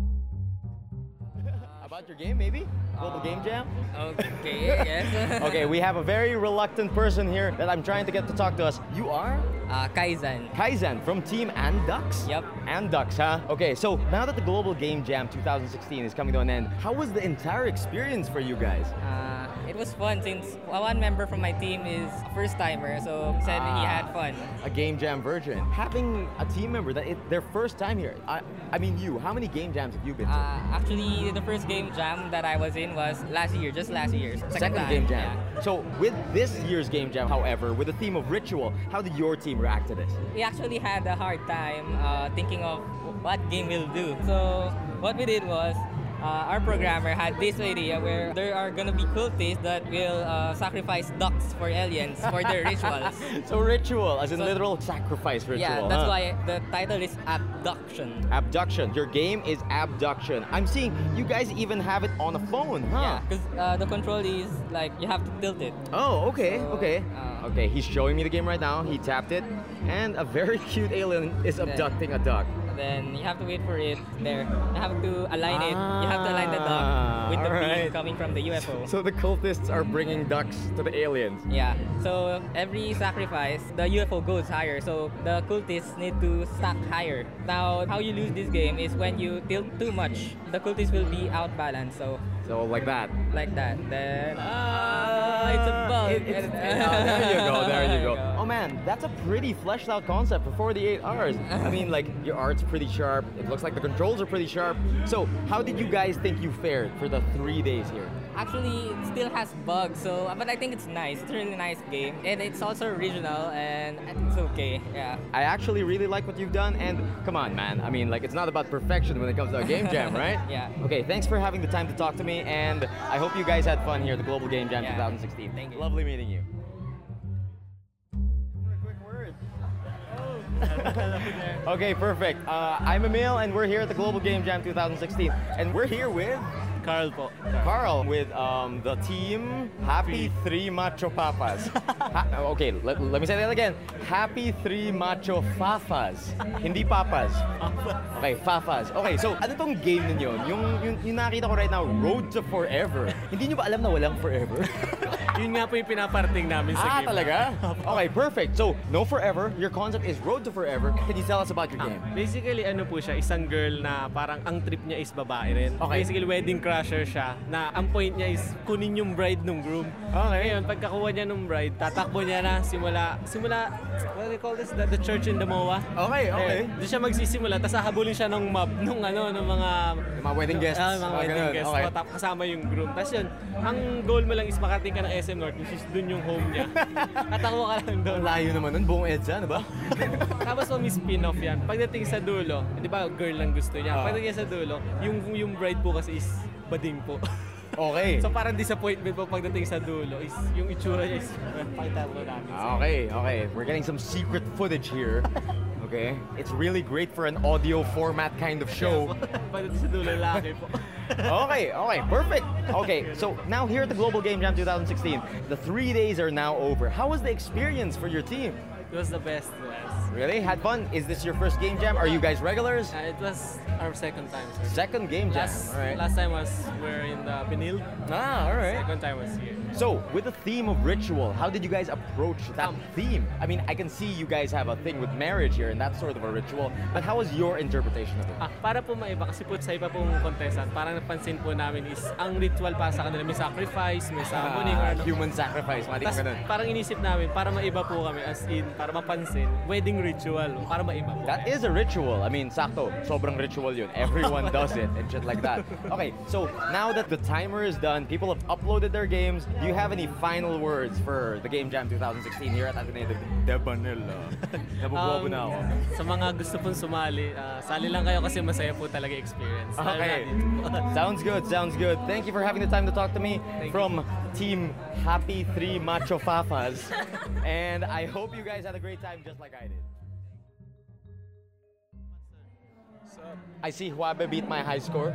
Speaker 1: About your game, maybe? Global Game Jam?
Speaker 23: Okay, yes.
Speaker 1: okay, we have a very reluctant person here that I'm trying to get to talk to us. You are?
Speaker 23: Uh, Kaizen.
Speaker 1: Kaizen from Team Andux? Yep. Andux, huh? Okay, so now that the Global Game Jam 2016 is coming to an end, how was the entire experience for you guys?
Speaker 23: Uh, it was fun since one member from my team is a first timer, so said he
Speaker 1: Ah,
Speaker 23: had fun.
Speaker 1: A game jam virgin. Having a team member that it, their first time here. I, I mean, you. How many game jams have you been to?
Speaker 23: Uh, actually, the first game jam that I was in was last year, just last year.
Speaker 1: Second,
Speaker 23: time,
Speaker 1: game jam.
Speaker 23: yeah.
Speaker 1: So with this year's game jam, however, with the theme of ritual, how did your team react to this?
Speaker 23: We actually had a hard time uh, thinking of what game we'll do. So what we did was uh, our programmer had this idea where there are gonna be cultists that will uh, sacrifice ducks for aliens for their rituals.
Speaker 1: so ritual, as in
Speaker 23: So-
Speaker 1: literal sacrifice ritual.
Speaker 23: yeah, that's
Speaker 1: huh?
Speaker 23: why the title is abduction.
Speaker 1: Abduction. Your game is abduction. I'm seeing you guys even have it on a phone, huh?
Speaker 23: Yeah, because uh, the control is like you have to tilt it.
Speaker 1: Oh, okay, okay.
Speaker 23: uh,
Speaker 1: okay, he's showing me the game right now. He tapped it, and a very cute alien is
Speaker 23: Then-
Speaker 1: abducting a duck.
Speaker 23: Then then you have to wait for it there. You have to align it. You have to align the duck with the beam
Speaker 1: Ah, alright.
Speaker 23: coming from the UFO.
Speaker 1: So the cultists are bringing ducks to the aliens.
Speaker 23: Yeah. So every sacrifice, the UFO goes higher. So the cultists need to stack higher. Now, how you lose this game is when you tilt too much. The cultists will be outbalanced. So
Speaker 1: So like that.
Speaker 23: like that. Then ah, it's a bug. And-
Speaker 1: Oh, there you go, there you go. Oh man, that's a pretty fleshed out concept for 48 hours. I mean, like, your art's pretty sharp. It looks like the controls are pretty sharp. So, how did you guys think you fared for the three days here?
Speaker 23: Actually, it still has bugs. So, but I think it's nice. It's a really nice game, and it's also original, and it's okay. Yeah.
Speaker 1: I actually really like what you've done, and come on, man. I mean, like, it's not about perfection when it comes to a game jam, right?
Speaker 23: Yeah.
Speaker 1: Okay, thanks for having the time to talk to me, and I hope you guys had fun here at the Global Game Jam 2016. Thank you. Lovely meeting you. Okay, perfect. Uh, I'm Emil, and we're here at the Global Game Jam 2016, and we're here with Carl. Po. Carl with um, the team Happy Three Macho Papas. ha- okay, let, let me say that again. Happy Three Macho Fafas, hindi papas. Okay, Fafas. Okay, so ano tong game ninyo? Yung, yung, yung nakita ko right now, Road to Forever. hindi nyo ba alam na walang forever?
Speaker 24: Yun nga po yung pinaparting namin sa
Speaker 1: ah,
Speaker 24: game.
Speaker 1: talaga? Okay, perfect. So, no forever. Your concept is Road to Forever. Can you tell us about your game?
Speaker 24: Ah, Basically, ano po siya, isang girl na parang ang trip niya is babae rin.
Speaker 1: Okay.
Speaker 24: Basically, wedding crusher siya na ang point niya is kunin yung bride nung groom. Okay. Ngayon, pagkakuha niya nung bride, tatakbo niya na simula, simula, what do you call this? The, the church in the MOA?
Speaker 1: Okay, okay.
Speaker 24: Doon siya magsisimula, tapos hahabulin siya ng mob, nung ano, ng mga...
Speaker 1: mga wedding guests.
Speaker 24: Ah, mga
Speaker 1: Ah,
Speaker 24: wedding
Speaker 1: ganun.
Speaker 24: guests.
Speaker 1: Okay.
Speaker 24: O, tap- kasama yung groom. Tapos yun, ang goal mo lang is makating ka ng SM North, which is dun yung home niya. Tatakbo ka lang doon.
Speaker 1: Ang layo naman nun, buong EDSA, ano ba?
Speaker 24: Tapos may spin-off yan. Pagdating sa dulo, di ba girl lang gusto niya.
Speaker 1: Ah.
Speaker 24: Pagdating sa dulo, yung yung bride po kasi is bading po.
Speaker 1: Okay.
Speaker 24: so parang disappointment po pagdating sa dulo is yung itsura niya is pakita po namin.
Speaker 1: Ah, Okay, okay. We're getting some secret footage here. Okay. It's really great for an audio format kind of show.
Speaker 24: Pagdating sa dulo, laki po.
Speaker 1: okay, okay, perfect. Okay, so now here at the Global Game Jam 2016, the three days are now over. How was the experience for your team?
Speaker 24: It was the best. Yes.
Speaker 1: Really? Had fun? Is this your first game jam? Are you guys regulars?
Speaker 24: Uh, it was our second time. Sir.
Speaker 1: Second game jam.
Speaker 24: Last,
Speaker 1: all right.
Speaker 24: last time was we're in the Pinil.
Speaker 1: Ah, all right.
Speaker 24: Second time was here.
Speaker 1: So, with the theme of ritual, how did you guys approach that
Speaker 24: Um,
Speaker 1: theme? I mean, I can see you guys have a thing with marriage here and that's sort of a ritual, but how was your interpretation of it?
Speaker 24: Ah, para po maiba kasi po sa iba pong contestant, parang napansin po namin is ang ritual para sa kanila may sacrifice, may summoning or
Speaker 1: Ah,
Speaker 24: ano.
Speaker 1: human sacrifice, mga
Speaker 24: Tas
Speaker 1: tingin ganun.
Speaker 24: parang inisip namin, para maiba po kami, as in, para mapansin, wedding ritual, para maiba po.
Speaker 1: That is a ritual. I mean, sakto, sobrang ritual yun. Everyone does it and shit like that. Okay, so now that the timer is done, people have uploaded their games. Do you have any final words for the Game Jam 2016 here at Ateneo de, de Manila? Nabubobo na ako.
Speaker 24: Sa mga gusto pong sumali, ah, sali lang kayo kasi masaya po talaga yung experience. Lalo
Speaker 1: Okay.
Speaker 24: na dito.
Speaker 1: sounds good, sounds good. Thank you for having the time to talk to me from Team Happy 3 Macho Fafas. and I hope you guys had a great time just like I did. I see Huabe beat my high score.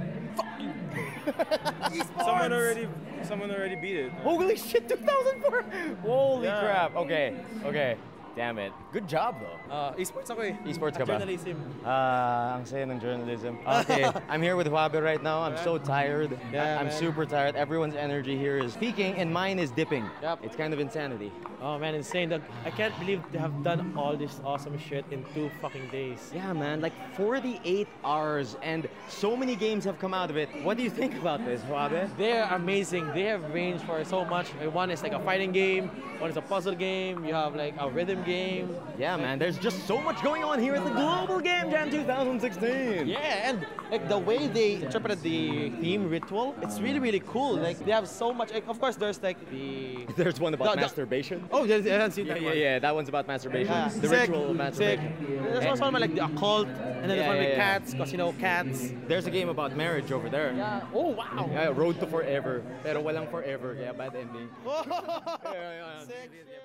Speaker 5: Someone already, someone already beat it.
Speaker 1: Holy shit, 2004! Holy
Speaker 5: Yeah.
Speaker 1: crap! Okay, okay. Damn it. Good job though.
Speaker 5: Uh, esports ako eh.
Speaker 1: Esports ka ba?
Speaker 5: Journalism.
Speaker 1: Ah, ang saya ng journalism. Okay, I'm here with Huabe right now. I'm so tired.
Speaker 5: Yeah,
Speaker 1: I'm
Speaker 5: man.
Speaker 1: super tired. Everyone's energy here is peaking and mine is dipping. Yep. It's kind of insanity.
Speaker 24: Oh man, insane. Like, I can't believe they have done all this awesome shit in two fucking days.
Speaker 1: Yeah, man, like 48 hours and so many games have come out of it. What do you think about this, Huabe?
Speaker 24: They're amazing. They have range for so much. Uh, One is like a fighting game, one is a puzzle game, you have like a rhythm game.
Speaker 1: Yeah, man, there's just so much going on here at the Global Game Jam 2016.
Speaker 5: Yeah, and like the way they interpreted the theme ritual, it's really really cool. Like they have so much. Like, of course, there's like the.
Speaker 1: There's one about
Speaker 5: The- the-
Speaker 1: masturbation.
Speaker 5: Oh, yes, I haven't seen
Speaker 1: yeah,
Speaker 5: that
Speaker 1: yeah,
Speaker 5: one.
Speaker 1: yeah, that one's about masturbation.
Speaker 5: Yeah.
Speaker 1: The
Speaker 5: Sick,
Speaker 1: ritual of
Speaker 5: sick.
Speaker 1: masturbation.
Speaker 5: There's also one about like the occult, and then there's one with cats, because you know cats.
Speaker 1: There's a game about marriage over there. Yeah.
Speaker 5: Oh wow.
Speaker 1: Yeah, Road to Forever. Pero walang forever, kaya bad ending.
Speaker 5: Sick. Bye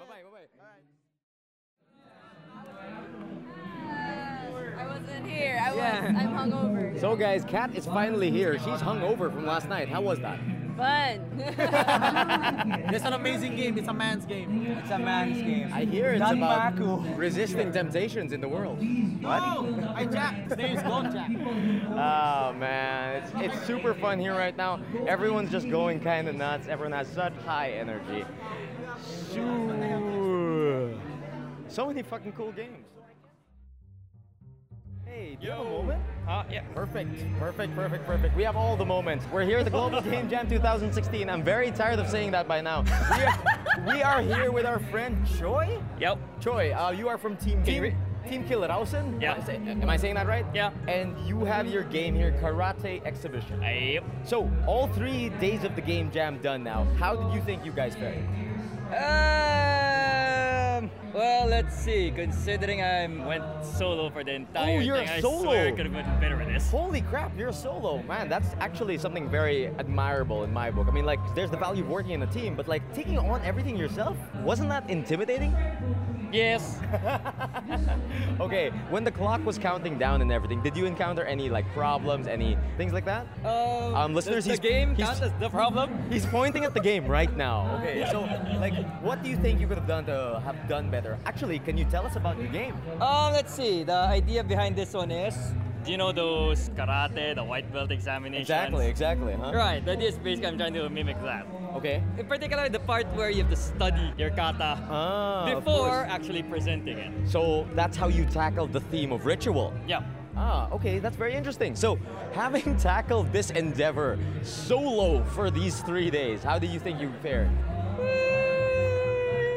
Speaker 5: bye. Bye bye.
Speaker 25: I wasn't here. I was.
Speaker 1: Yeah.
Speaker 25: I'm hungover.
Speaker 1: So guys, Kat is finally here. She's hungover from last night. How was that?
Speaker 26: Fun.
Speaker 4: It's an amazing game. It's a man's game. It's a man's game.
Speaker 1: I hear it's
Speaker 4: Danbaku.
Speaker 1: about resisting temptations in the world.
Speaker 4: No, I jacked. Stays gone, Jack.
Speaker 1: Oh man, it's, it's super fun here right now. Everyone's just going kind of nuts. Everyone has such high energy. Shoo. So many fucking cool games. Hey, do you have a moment? Uh, yeah. Perfect, perfect, perfect, perfect. We have all the moments. We're here at the Global Game Jam 2016. I'm very tired of saying that by now. We are, we are here with our friend Choi. Yep. Choi, uh, you are from Team Team, Team Killerausen? Yeah. Am I, say- am I saying that right? Yeah. And you have your game here, Karate Exhibition. Yep. So, all three days of the Game Jam done now. How did you think you guys fared?
Speaker 3: Um, well, let's see. Considering I went solo for the entire
Speaker 1: oh, you're
Speaker 3: thing,
Speaker 1: a solo.
Speaker 3: I swear I could have went better with this.
Speaker 1: Holy crap, you're a solo. Man, that's actually something very admirable in my book. I mean, like, there's the value of working in a team, but like taking on everything yourself, wasn't that intimidating?
Speaker 3: Yes.
Speaker 1: Okay, when the clock was counting down and everything, did you encounter any like problems, any things like that?
Speaker 3: Um,
Speaker 1: listeners,
Speaker 3: does
Speaker 1: he's-
Speaker 3: the game
Speaker 1: he's-
Speaker 3: count as the problem?
Speaker 1: He's pointing at the game right now. Okay, so like, what do you think you could have done to have done better? Actually, can you tell us about your game?
Speaker 3: Um, let's see. The idea behind this one is. Do you know those karate, the white belt examinations?
Speaker 1: Exactly, exactly, huh?
Speaker 3: Right, the idea is basically I'm trying to mimic that.
Speaker 1: Okay.
Speaker 3: In particular, the part where you have to study your kata
Speaker 1: Ah, of
Speaker 3: before
Speaker 1: course.
Speaker 3: actually presenting it.
Speaker 1: So that's how you tackled the theme of ritual.
Speaker 3: Yeah.
Speaker 1: Ah, okay, that's very interesting. So, having tackled this endeavor solo for these three days, how do you think you fared?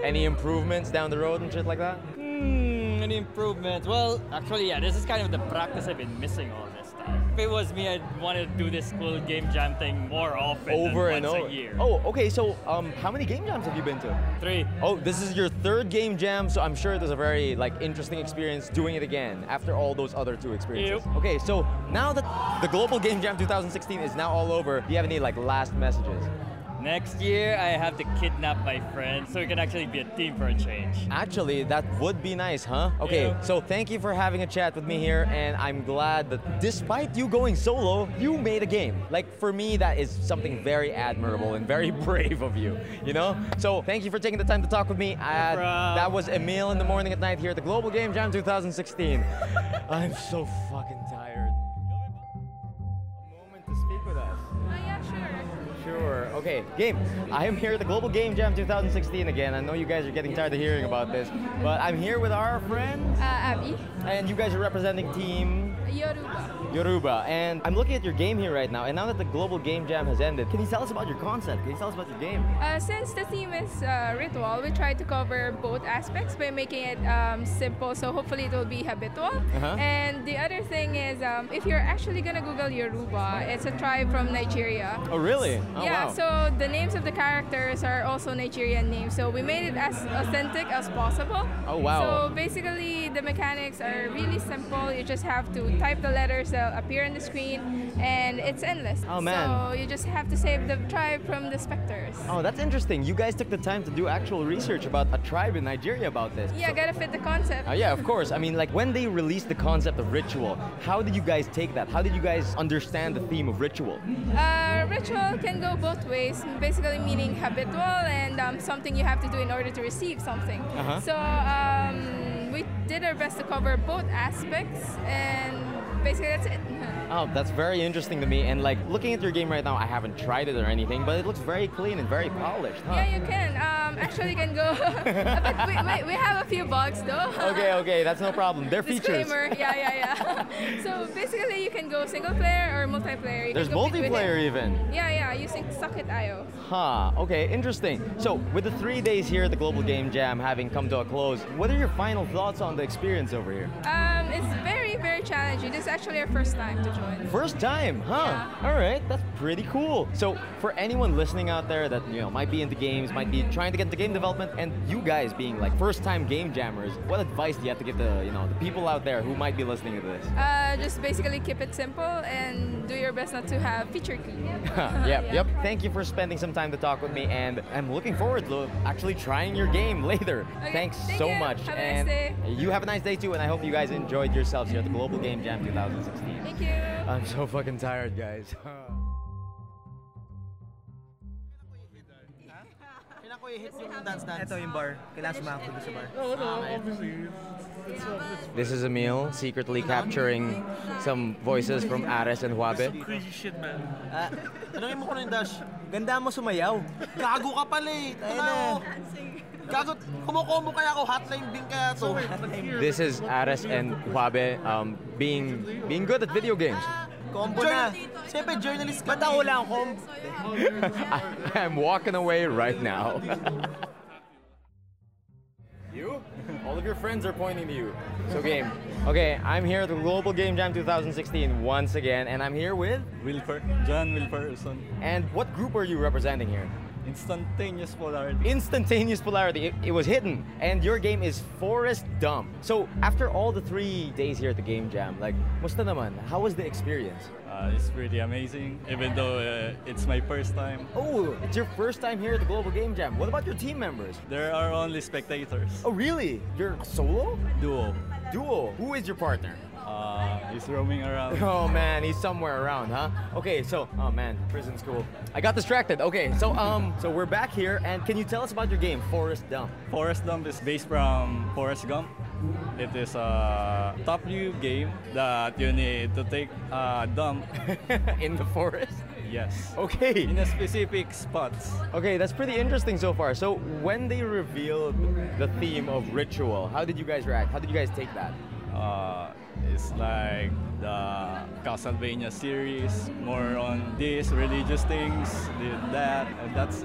Speaker 1: Any improvements down the road and shit like that?
Speaker 3: Hmm, any improvements? Well, actually, yeah, this is kind of the practice I've been missing all this time. If it was me, I'd want to do this cool game jam thing more often than
Speaker 1: Over and
Speaker 3: once
Speaker 1: over.
Speaker 3: a year.
Speaker 1: Oh, okay. So, um, how many game jams have you been to?
Speaker 3: Three.
Speaker 1: Oh, this is your third game jam, so I'm sure it was a very like interesting experience doing it again after all those other two experiences.
Speaker 3: Yep.
Speaker 1: Okay, so now that the Global Game Jam 2016 is now all over, do you have any like last messages?
Speaker 3: Next year, I have to kidnap my friend so we can actually be a team for a change.
Speaker 1: Actually, that would be nice, huh? Okay,
Speaker 3: Yeah.
Speaker 1: so thank you for having a chat with me here, and I'm glad that despite you going solo, you made a game. Like, for me, that is something very admirable and very brave of you, you know? So, thank you for taking the time to talk with me. Uh, that was Emil in the morning at night here at the Global Game Jam 2016. I'm so fucking tired. Speak with us.
Speaker 25: Oh, yeah, sure.
Speaker 1: Sure. Okay, game. I am here at the Global Game Jam 2016 again. I know you guys are getting tired of hearing about this, but I'm here with our friend,
Speaker 25: Uh, Abby,
Speaker 1: and you guys are representing Team
Speaker 25: Yoruba.
Speaker 1: Yoruba. And I'm looking at your game here right now. And now that the Global Game Jam has ended, can you tell us about your concept? Can you tell us about your game?
Speaker 25: Uh, since the theme is uh, ritual, we try to cover both aspects by making it um, simple, so hopefully it will be habitual.
Speaker 27: Uh-huh.
Speaker 25: And the other thing is, um, if you're actually gonna Google Yoruba, it's a tribe from Nigeria.
Speaker 1: Oh, really? Oh,
Speaker 25: yeah,
Speaker 1: wow.
Speaker 25: so the names of the characters are also Nigerian names, so we made it as authentic as possible.
Speaker 1: Oh, wow.
Speaker 25: So basically, the mechanics are really simple. You just have to type the letters that appear on the screen, and it's endless.
Speaker 1: Oh, man.
Speaker 25: So you just have to save the tribe from the specters.
Speaker 1: Oh, that's interesting. You guys took the time to do actual research about a tribe in Nigeria about this.
Speaker 25: Yeah, gotta fit the concept.
Speaker 1: Uh, yeah, of course. I mean, like when they released the concept of ritual, how did you guys take that? How did you guys understand the theme of ritual?
Speaker 25: Uh, ritual can go both ways, basically meaning habitual and um, something you have to do in order to receive something.
Speaker 1: Uh-huh.
Speaker 25: So um, we did our best to cover both aspects, and basically that's it.
Speaker 1: Oh, that's very interesting to me. And like looking at your game right now, I haven't tried it or anything, but it looks very clean and very polished, huh?
Speaker 25: Yeah, you can. Um, actually, you can go. but we, we, we have a few bugs though.
Speaker 1: Okay, okay, that's no problem. They're features.
Speaker 25: Disclaimer. Yeah, yeah, yeah. so basically, you can go single player or multiplayer. You
Speaker 1: There's
Speaker 25: can compete with it.
Speaker 1: multiplayer even.
Speaker 25: Yeah, yeah, using Socket IO.
Speaker 1: Huh, okay, interesting. So, with the three days here at the Global Game Jam having come to a close, what are your final thoughts on the experience over here?
Speaker 25: Um, it's very, very challenging. This is actually our first time to join.
Speaker 1: First time, huh? All right, that's pretty cool. So, for anyone listening out there that you know might be into games, might be trying to get into game development, and you guys being like first-time game jammers, what advice do you have to give to you know the people out there who might be listening to this?
Speaker 25: Uh, just basically keep it simple and do your best not to have feature key.
Speaker 1: yep, yep. Thank you for spending some time to talk with me, and I'm looking forward to actually trying your game later.
Speaker 25: Okay,
Speaker 1: Thanks
Speaker 25: thank
Speaker 1: so
Speaker 25: you.
Speaker 1: much,
Speaker 25: Have a
Speaker 1: and
Speaker 25: nice day.
Speaker 1: you have a nice day too. And I hope you guys enjoyed yourselves here at the Global Game Jam 2016.
Speaker 25: Thank you.
Speaker 1: I'm so fucking tired, guys.
Speaker 4: i-hit yung dance dance?
Speaker 24: Ito yung bar. Kailangan sumakto doon sa bar.
Speaker 4: Oo, no,
Speaker 24: obviously.
Speaker 1: This is Emil secretly capturing some voices from Ares and Huabe.
Speaker 4: Crazy shit, man. Ah, tanongin mo ko na yung dash. Ganda mo sumayaw. Gago ka pala eh. Ano? Gago, kumukombo kaya ako. Hotline bling kaya to.
Speaker 1: This is Ares and Huabe um, being being good at video games.
Speaker 4: Combo na. Siyempre, journalist ka. Ba't ako lang combo?
Speaker 1: I'm walking away right now.
Speaker 28: You?
Speaker 1: All of your friends are pointing to you. So game. Okay, I'm here at the Global Game Jam 2016 once again, and I'm here with Wilfer, John Wilferson. And what group are you representing here? Instantaneous polarity. Instantaneous polarity. It, it was hidden, and your game is Forest Dump. So after all the three days here at the Game Jam, like, musta naman? How was the experience?
Speaker 19: Uh, it's pretty amazing, even though uh, it's my first time.
Speaker 1: Oh, it's your first time here at the Global Game Jam. What about your team members?
Speaker 19: There are only spectators.
Speaker 1: Oh, really? You're solo?
Speaker 19: Duo.
Speaker 1: Duo. Who is your partner?
Speaker 19: Uh, he's roaming around.
Speaker 1: Oh man, he's somewhere around, huh? Okay, so oh man, prison school. I got distracted. Okay, so um, so we're back here, and can you tell us about your game, Forest Dump?
Speaker 19: Forest Dump is based from Forest Gump. It is a top view game that you need to take a dump
Speaker 1: in the forest.
Speaker 19: Yes.
Speaker 1: Okay.
Speaker 19: In a specific spots.
Speaker 1: Okay, that's pretty interesting so far. So when they revealed the theme of ritual, how did you guys react? How did you guys take that?
Speaker 19: Uh, it's like the Castlevania series, more on this religious things, did that, and that's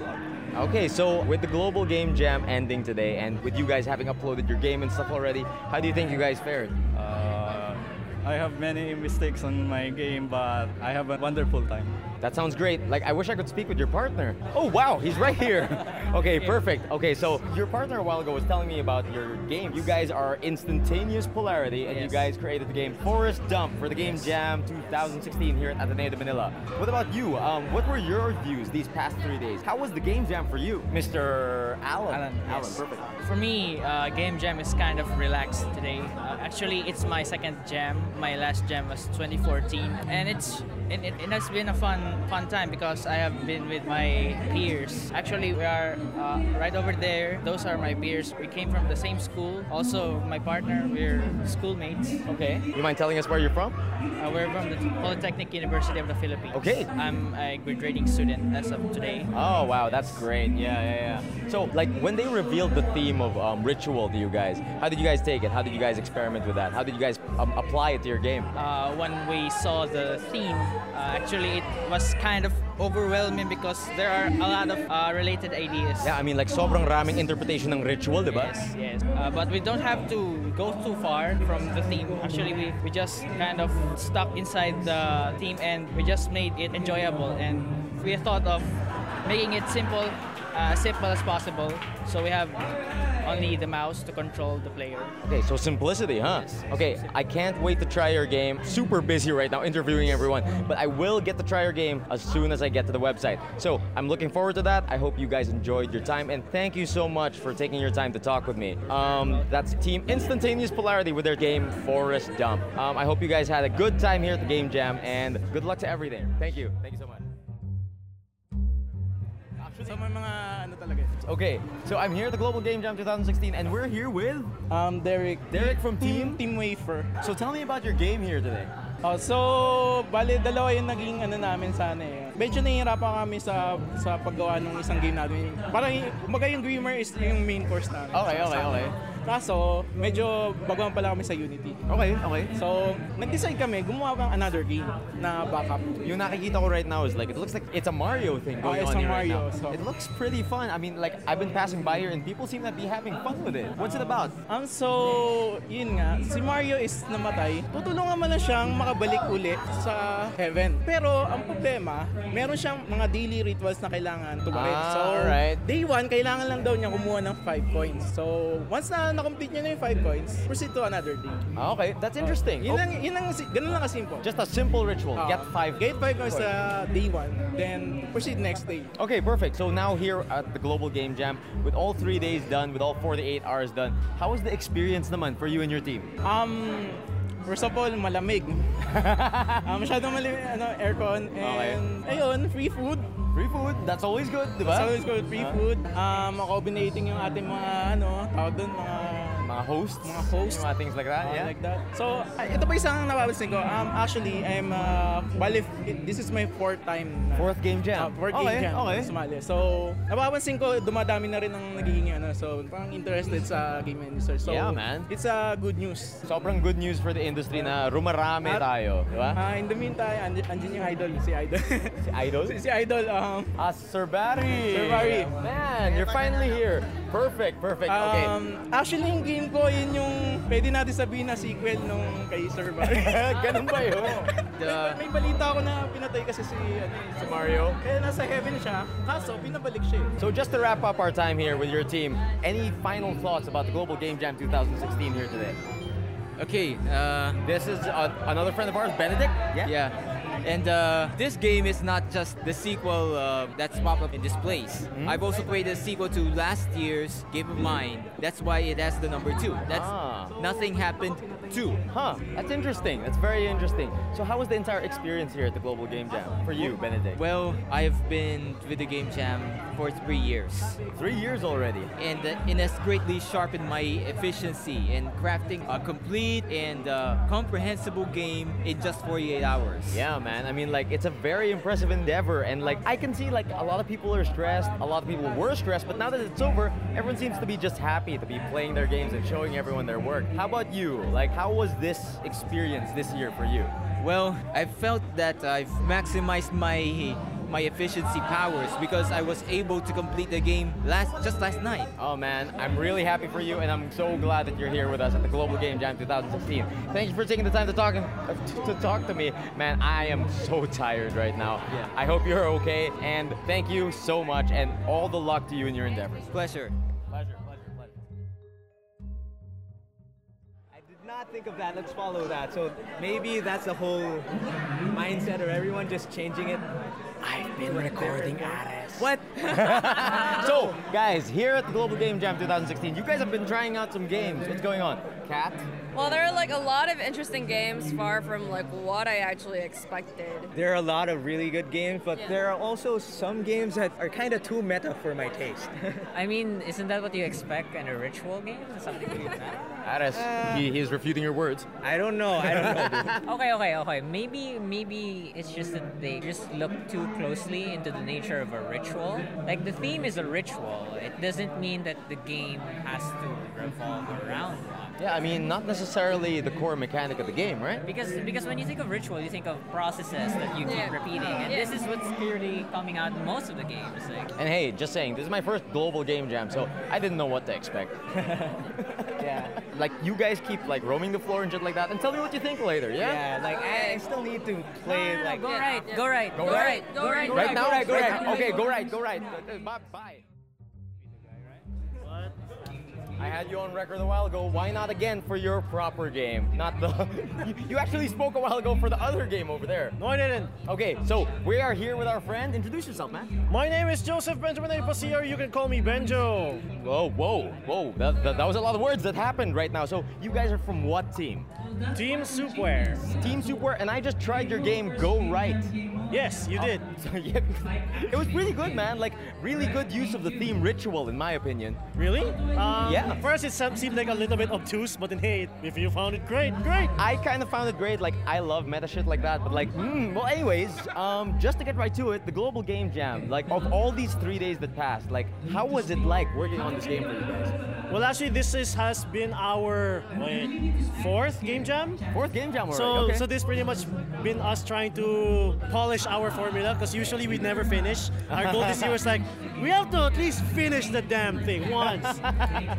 Speaker 1: Okay, so with the global game jam ending today, and with you guys having uploaded your game and stuff already, how do you think you guys fared?
Speaker 19: Uh, I have many mistakes on my game, but I have a wonderful time.
Speaker 1: That sounds great. Like I wish I could speak with your partner. Oh wow, he's right here. Okay, perfect. Okay, so your partner a while ago was telling me about your game. You guys are instantaneous polarity, and you guys created the game Forest Dump for the Game Jam 2016 here at Ateneo de Manila. What about you? Um, what were your views these past three days? How was the game jam for you, Mr. Alan? Alan,
Speaker 2: yes.
Speaker 1: perfect.
Speaker 2: For me, uh, Game Jam is kind of relaxed today. Uh, actually, it's my second jam. My last jam was 2014, and it's it, it, it has been a fun fun time because I have been with my peers. Actually, we are uh, right over there. Those are my peers. We came from the same school. Also, my partner. We're schoolmates.
Speaker 1: Okay. You mind telling us where you're from?
Speaker 2: Uh, we're from the Polytechnic University of the Philippines.
Speaker 1: Okay.
Speaker 2: I'm a graduating student as of today.
Speaker 1: Oh wow, that's great. Yeah, yeah, yeah. So like when they revealed the theme of um, ritual to you guys, how did you guys take it? How did you guys experiment with that? How did you guys um, apply it to your game?
Speaker 2: uh, when we saw the theme, uh, actually it was kind of overwhelming because there are a lot of uh, related ideas.
Speaker 1: Yeah, I mean like sobrang raming interpretation ng ritual, di ba?
Speaker 2: Yes, yes. Uh, but we don't have to go too far from the theme. Actually, we, we just kind of stuck inside the theme and we just made it enjoyable. And we thought of making it simple, uh, as simple as possible. So we have only the mouse to control the player.
Speaker 1: Okay, so simplicity, huh? Okay, I can't wait to try your game. Super busy right now interviewing everyone, but I will get to try your game as soon as I get to the website. So I'm looking forward to that. I hope you guys enjoyed your time, and thank you so much for taking your time to talk with me. Um, that's Team Instantaneous Polarity with their game Forest Dump. Um, I hope you guys had a good time here at the Game Jam, and good luck to everything. Thank you. Thank you so much.
Speaker 3: So may mga ano talaga.
Speaker 1: Okay, so I'm here at the Global Game Jam 2016, and we're here with
Speaker 3: um, Derek.
Speaker 1: Derek from Team
Speaker 3: Team Wafer.
Speaker 1: So tell me about your game here today.
Speaker 3: Oh, so bali dalawa yung naging ano namin sana eh. Medyo nahihirapan kami sa sa paggawa ng isang game natin. Parang y- kumbaga yung Dreamer is yung main course namin.
Speaker 1: Okay,
Speaker 3: Sa-
Speaker 1: okay,
Speaker 3: sa-
Speaker 1: okay.
Speaker 3: Kaso, medyo baguhan pala kami sa Unity.
Speaker 1: Okay, okay.
Speaker 3: So, nag-decide kami, gumawa ng another game na backup.
Speaker 1: Yung nakikita ko uh, right now is like it looks like it's a Mario thing
Speaker 3: Oh,
Speaker 1: going
Speaker 3: it's
Speaker 1: on
Speaker 3: a
Speaker 1: here
Speaker 3: Mario,
Speaker 1: right now.
Speaker 3: so-
Speaker 1: It looks pretty fun. I mean, like I've been passing by here and people seem to be having fun with it. What's it about?
Speaker 3: Um, so, yun nga, si Mario is namatay. Tutulungan mo na siyang makabalik uli sa heaven. Pero, ang problema, meron siyang mga daily rituals na kailangan tumahin.
Speaker 1: Ah,
Speaker 3: so,
Speaker 1: alright.
Speaker 3: day 1, kailangan lang daw niya kumuha ng 5 coins. So, once na na-complete niya na yung 5 coins, proceed to another day.
Speaker 1: Ah, okay, that's interesting. Oh,
Speaker 3: Yun lang, yun lang, kasi- ganun lang kasimple.
Speaker 1: Just a simple ritual.
Speaker 3: Ah,
Speaker 1: Get five.
Speaker 3: Get 5 coins sa day 1, then proceed next day.
Speaker 1: Okay, perfect. So now here at the Global Game Jam, with all three days done, with all 48 hours done, how was the experience naman for you and your team?
Speaker 3: Um, first of all, malamig. Ah, masyadong malamig, ano, aircon. And, ayun, free food.
Speaker 1: Free food, that's always good, di ba?
Speaker 3: Sa always good free
Speaker 1: Ah.
Speaker 3: food. Um, accommodating yung ating mga, ano, tawag doon, mga...
Speaker 1: Mga hosts.
Speaker 3: Mga hosts.
Speaker 1: Mga Ah, things like that,
Speaker 3: Mga
Speaker 1: yeah.
Speaker 3: Ah, Like that. So, ay, ito pa isang napapansin ko. Um, actually, I'm, uh, well, if, this is my fourth time. na-
Speaker 1: Fourth game jam.
Speaker 3: Ah, fourth
Speaker 1: Okay,
Speaker 3: game jam.
Speaker 1: okay.
Speaker 3: Sumali. So, napapansin ko, dumadami na rin ang nagiging, ano, so, parang interested sa game and research. So,
Speaker 1: yeah, man.
Speaker 3: It's a good news.
Speaker 1: Sobrang good news for the industry na rumarami tayo, di ba?
Speaker 3: Ah, in the meantime, and, andyan yung idol, si Idol.
Speaker 1: si Idol?
Speaker 3: Si, si Idol, um...
Speaker 1: Ah, Sir Barry!
Speaker 3: Sir Barry.
Speaker 1: Man, you're finally here. Perfect, perfect. Okay.
Speaker 3: Um, actually, yung game ko, yun yung pwede natin sabihin na sequel nung kay Sir Barry.
Speaker 1: Ganun ba yun?
Speaker 3: may, may balita ako na pinatay kasi si, ano, eh, si
Speaker 1: Mario?
Speaker 3: Kaya nasa heaven siya, kaso pinabalik siya. eh.
Speaker 1: So just to wrap up our time here with your team, any final thoughts about the Global Game Jam 2016 here today?
Speaker 27: Okay, uh,
Speaker 1: this is uh, another friend of ours, Benedict. Yeah.
Speaker 27: Yeah. And uh, this game is not just the sequel uh, that's popped up in this place.
Speaker 1: Mm-hmm.
Speaker 27: I've also played a sequel to last year's Game of Mine. That's why it has the number two. That's nothing happened two.
Speaker 1: Ah. Huh? That's interesting. That's very interesting. So how was the entire experience here at the Global Game Jam for you, Benedict?
Speaker 27: Well, I've been with the Game Jam for three years.
Speaker 1: Three years already.
Speaker 27: And uh, it has greatly sharpened my efficiency in crafting a complete and uh, comprehensible game in just 48 hours.
Speaker 1: Yeah, man. I mean, like, it's a very impressive endeavor, and like, I can see like a lot of people are stressed. A lot of people were stressed, but now that it's over, everyone seems to be just happy to be playing their games and showing everyone their work. How about you? Like, how was this experience this year for you?
Speaker 27: Well, I felt that I've maximized my my efficiency powers because I was able to complete the game last just last night.
Speaker 1: Oh man, I'm really happy for you, and I'm so glad that you're here with us at the Global Game Jam 2016. Thank you for taking the time to talk to talk to me, man. I am so tired right now. I hope you're okay, and thank you so much, and all the luck to you in your endeavors.
Speaker 27: Pleasure.
Speaker 1: Pleasure, pleasure, pleasure.
Speaker 29: I did not think of that. Let's follow that. So maybe that's the whole mindset or everyone just changing it. I've been recording at it.
Speaker 1: What? so, guys, here at the Global Game Jam 2016, you guys have been trying out some games. What's going on? Cat?
Speaker 26: Well, there are like a lot of interesting games, far from like what I actually expected.
Speaker 29: There are a lot of really good games, but
Speaker 26: Yeah.
Speaker 29: there are also some games that are kind of too meta for my taste.
Speaker 30: I mean, isn't that what you expect in a ritual game or something like that?
Speaker 1: Ares, he, he's refuting your words.
Speaker 29: Uh, I don't know. I don't know.
Speaker 30: okay, okay, okay. Maybe, maybe it's just that they just look too closely into the nature of a ritual. Like the theme is a ritual. It doesn't mean that the game has to revolve around one.
Speaker 1: Yeah, I mean, not necessarily the core mechanic of the game, right?
Speaker 30: Because because when you think of ritual, you think of processes that you keep
Speaker 26: Yeah.
Speaker 30: repeating, and
Speaker 26: Yeah.
Speaker 30: this is what's clearly coming out in most of the games. Like
Speaker 1: And hey, just saying, this is my first global game jam, so I didn't know what to expect. yeah. Like you guys keep like roaming the floor and shit like that, and tell me what you think later. Yeah.
Speaker 29: Yeah, like I I still need to play
Speaker 30: no,
Speaker 29: like
Speaker 30: go right, go right,
Speaker 29: Go
Speaker 30: go
Speaker 29: right,
Speaker 30: right,
Speaker 29: go
Speaker 30: go
Speaker 29: right,
Speaker 30: right,
Speaker 29: go right,
Speaker 30: right
Speaker 29: go right, go right.
Speaker 30: now.
Speaker 1: Okay, go right, go right. Bye. Bye. I had you on record a while ago. Why not again for your proper game? Not the. you, you actually spoke a while ago for the other game over there. No, I didn't. Okay, so we are here with our friend. Introduce yourself, man.
Speaker 11: My name is Joseph Benjamin Apasio. You can call me Benjo.
Speaker 1: Whoa, whoa, whoa. That, that, that was a lot of words that happened right now. So, you guys are from what team?
Speaker 11: Team Soupware.
Speaker 1: Team Soupware, and I just tried your game Go Right. Oh,
Speaker 11: Yes, you did.
Speaker 1: it was really good, man. Like, really good use of the theme ritual, in my opinion.
Speaker 11: Really? Um,
Speaker 1: Yeah.
Speaker 11: At first, it some- seemed like a little bit obtuse, but then hey, if you found it great, great.
Speaker 1: I kind of found it great. Like, I love meta shit like that, but like, mm, well, anyways, um, just to get right to it, the Global Game Jam, like, of all these three days that passed, like, how was it like working on this game for you guys?
Speaker 11: Well, actually, this is, has been our wait, fourth game jam.
Speaker 1: Fourth game jam.
Speaker 11: So,
Speaker 1: already, okay.
Speaker 11: so this pretty much been us trying to polish our formula because usually we never finish. Our goal this year was like we have to at least finish the damn thing once.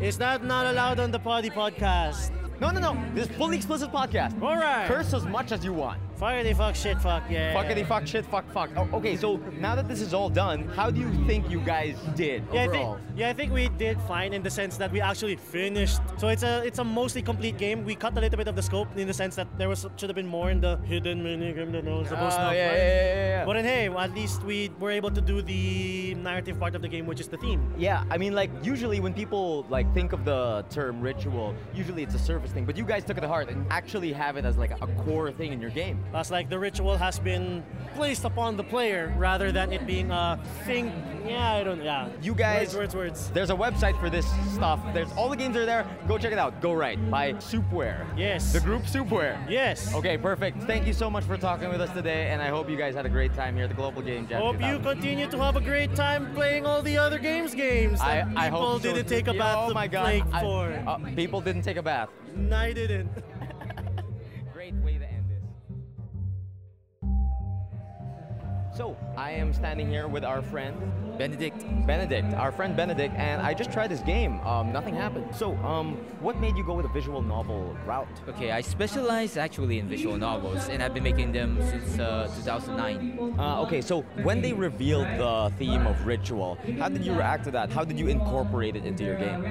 Speaker 11: is that not allowed on the Potty Podcast?
Speaker 1: No, no, no. This fully explicit podcast.
Speaker 11: All right.
Speaker 1: Curse as much as you want.
Speaker 11: Fuckity fuck shit fuck yeah.
Speaker 1: Fuckity fuck shit fuck fuck. Oh, okay, so now that this is all done, how do you think you guys did
Speaker 11: Yeah, I
Speaker 1: overall?
Speaker 11: think yeah, I think we did fine in the sense that we actually finished. So it's a it's a mostly complete game. We cut a little bit of the scope in the sense that there was should have been more in the hidden minigame that I was supposed
Speaker 1: Ah,
Speaker 11: to
Speaker 1: yeah,
Speaker 11: play.
Speaker 1: yeah, yeah, yeah, yeah.
Speaker 11: But then hey, at least we were able to do the narrative part of the game, which is the theme.
Speaker 1: Yeah, I mean, like usually when people like think of the term ritual, usually it's a surface thing. But you guys took it to heart and actually have it as like a core thing in your game.
Speaker 11: That's like the ritual has been placed upon the player rather than it being a thing. Yeah, I don't. Yeah.
Speaker 1: You guys,
Speaker 11: Words, words, words.
Speaker 1: there's a website for this stuff. There's all the games are there. Go check it out. Go right by Soupware.
Speaker 11: Yes.
Speaker 1: The group Soupware.
Speaker 11: Yes.
Speaker 1: Okay, perfect. Thank you so much for talking with us today, and I hope you guys had a great time here at the Global Game Jam.
Speaker 11: Hope you
Speaker 1: 2000.
Speaker 11: continue to have a great time playing all the other games. Games.
Speaker 1: I,
Speaker 11: that
Speaker 1: I
Speaker 11: people
Speaker 1: hope so
Speaker 11: didn't
Speaker 1: too.
Speaker 11: take a
Speaker 1: Yeah,
Speaker 11: bath
Speaker 1: Oh
Speaker 11: to
Speaker 1: my God.
Speaker 11: play
Speaker 1: I-
Speaker 11: for.
Speaker 1: uh, people didn't take a bath.
Speaker 11: No, I didn't.
Speaker 1: Great way to end this. So I am standing here with our friend Benedict. Benedict, our friend Benedict, and I just tried this game. Um, nothing happened. So, um, what made you go with a visual novel route?
Speaker 27: Okay, I specialize actually in visual novels, and I've been making them since uh, 2009.
Speaker 1: Uh, okay, so when they revealed the theme of ritual, how did you react to that? How did you incorporate it into your game?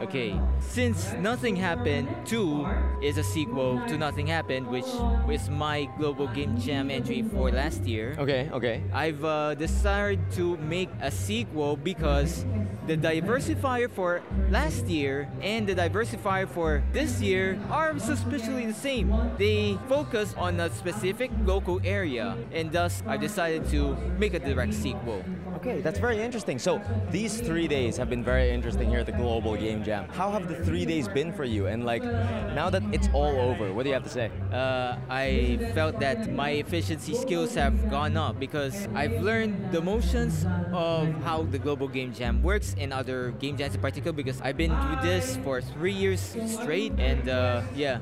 Speaker 27: Okay, since Nothing Happened 2 is a sequel to Nothing Happened, which was my Global Game Jam entry for last year.
Speaker 1: Okay, okay.
Speaker 27: I've uh, decided to make a sequel because the diversifier for last year and the diversifier for this year are suspiciously the same. They focus on a specific local area, and thus I decided to make a direct sequel.
Speaker 1: Okay, that's very interesting. So these three days have been very interesting here at the Global Game Jam. How have the three days been for you? And like now that it's all over, what do you have to say?
Speaker 27: Uh, I felt that my efficiency skills have gone up because I've learned the motions of how the Global Game Jam works and other game jams in particular because I've been through this for three years straight and uh, yeah,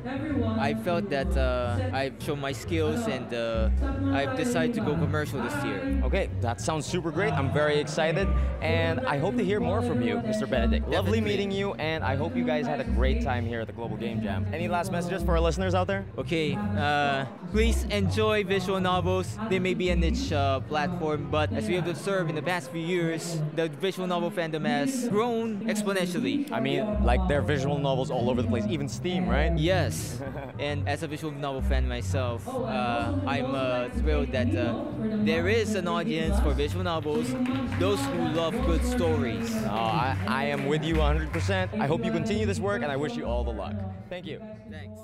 Speaker 27: I felt that uh, I've shown my skills and uh, I've decided to go commercial this year.
Speaker 1: Okay, that sounds super great. I'm very excited, and I hope to hear more from you, Mr. Benedict. Lovely meeting you, and I hope you guys had a great time here at the Global Game Jam. Any last messages for our listeners out there?
Speaker 27: Okay, uh, please enjoy visual novels. They may be a niche uh, platform, but as we have observed in the past few years, the visual novel fandom has grown exponentially.
Speaker 1: I mean, like there are visual novels all over the place, even Steam, right?
Speaker 27: Yes. and as a visual novel fan myself, uh, I'm uh, thrilled that uh, there is an audience for visual novels, those who love good stories.
Speaker 1: Oh, I, I am with you 100%. I hope you continue this work, and I wish you all the luck. Thank you.
Speaker 27: Thanks.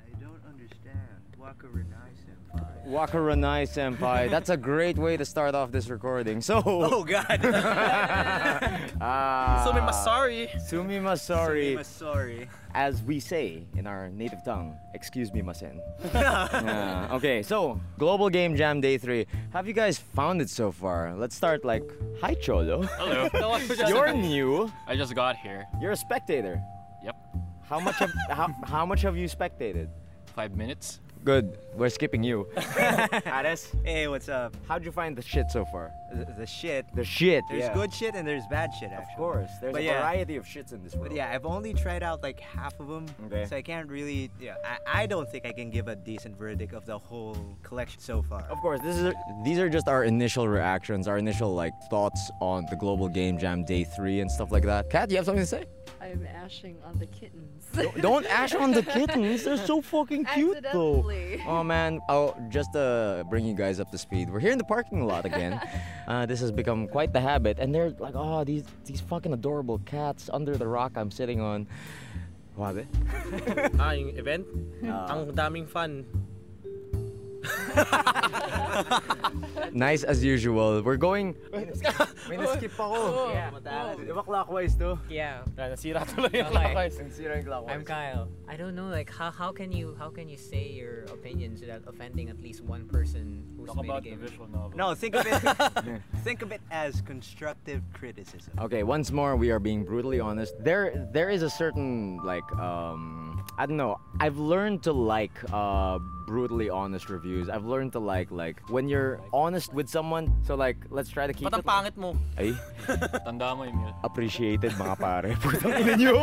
Speaker 29: I don't understand. Waka Renai senpai.
Speaker 1: Wakaranai Senpai, that's a great way to start off this recording. So.
Speaker 29: Oh, God.
Speaker 1: Ah.
Speaker 29: Sumi masari.
Speaker 1: Sumi masari.
Speaker 29: Sumi masari.
Speaker 1: As we say in our native tongue, excuse me, masen. yeah. Okay, so Global Game Jam Day 3. Have you guys found it so far? Let's start like, hi Cholo.
Speaker 29: Hello.
Speaker 1: You're new.
Speaker 29: I just got here.
Speaker 1: You're a spectator.
Speaker 29: Yep.
Speaker 1: How much have how, how much have you spectated?
Speaker 29: Five minutes.
Speaker 1: Good. We're skipping you.
Speaker 29: Addis.
Speaker 1: Hey, what's up? How'd you find the shit so far?
Speaker 29: The, the shit.
Speaker 1: The shit.
Speaker 29: There's
Speaker 1: yeah.
Speaker 29: good shit and there's bad shit, actually. Of
Speaker 1: course. There's a variety of shits in this world.
Speaker 29: But yeah, I've only tried out like half of them.
Speaker 1: Okay.
Speaker 29: So I can't really. Yeah, I, I don't think I can give a decent verdict of the whole collection so far.
Speaker 1: Of course, this is these are just our initial reactions, our initial like thoughts on the Global Game Jam Day Three and stuff like that. Kat, you have something to say?
Speaker 26: I'm ashing on the kittens.
Speaker 1: Don't ash on the kittens. They're so fucking cute, though.
Speaker 26: Accidentally.
Speaker 1: Oh man. Oh, just to bring you guys up to speed, we're here in the parking lot again. uh, this has become quite the habit, and they're like, oh, these these fucking adorable cats under the rock I'm sitting on. Wabe.
Speaker 4: ah, yung event?
Speaker 1: Ah.
Speaker 4: Ang daming fun.
Speaker 1: Nice as usual. We're going.
Speaker 4: May na-skip ako.
Speaker 29: Yeah.
Speaker 4: Di ba clockwise to?
Speaker 26: Yeah.
Speaker 4: Nasira tuloy yung
Speaker 26: Okay.
Speaker 4: clockwise. Nasira yung clockwise.
Speaker 26: I'm Kyle. I don't know, like how, how can you how can you say your opinions without offending at least one person who's
Speaker 29: Talk
Speaker 26: made
Speaker 29: about the
Speaker 26: a game?
Speaker 29: visual No, think of it. think of it as constructive criticism.
Speaker 1: Okay, once more, we are being brutally honest. There, there is a certain like, um, I don't know. I've learned to like uh, brutally honest reviews. I've learned to like like when you're honest with someone. So like, let's try to keep
Speaker 4: Ba't ang
Speaker 1: it.
Speaker 4: pangit mo?
Speaker 1: Ay,
Speaker 29: Tanda mo, Emil.
Speaker 1: appreciated mga pare. Putang ina nyo.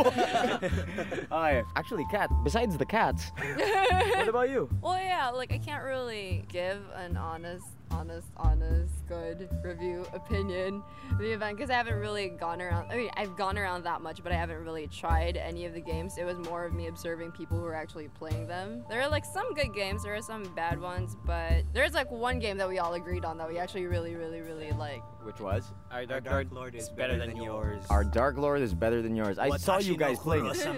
Speaker 1: okay. Actually, cat. Besides the cats, what about you?
Speaker 26: Well, yeah, like I can't really give an honest, honest, honest, good review opinion of the event because I haven't really gone around. I mean, I've gone around that much, but I haven't really tried any of the games. It was more of me observing people who are actually playing them. There are like some good games, there are some bad ones, but there's like one game that we all agreed on that we actually really, really, really like.
Speaker 1: which was
Speaker 29: Our Dark, Lord, is better than, yours.
Speaker 1: Our Dark Lord is better than yours. I saw you guys playing it.
Speaker 29: no,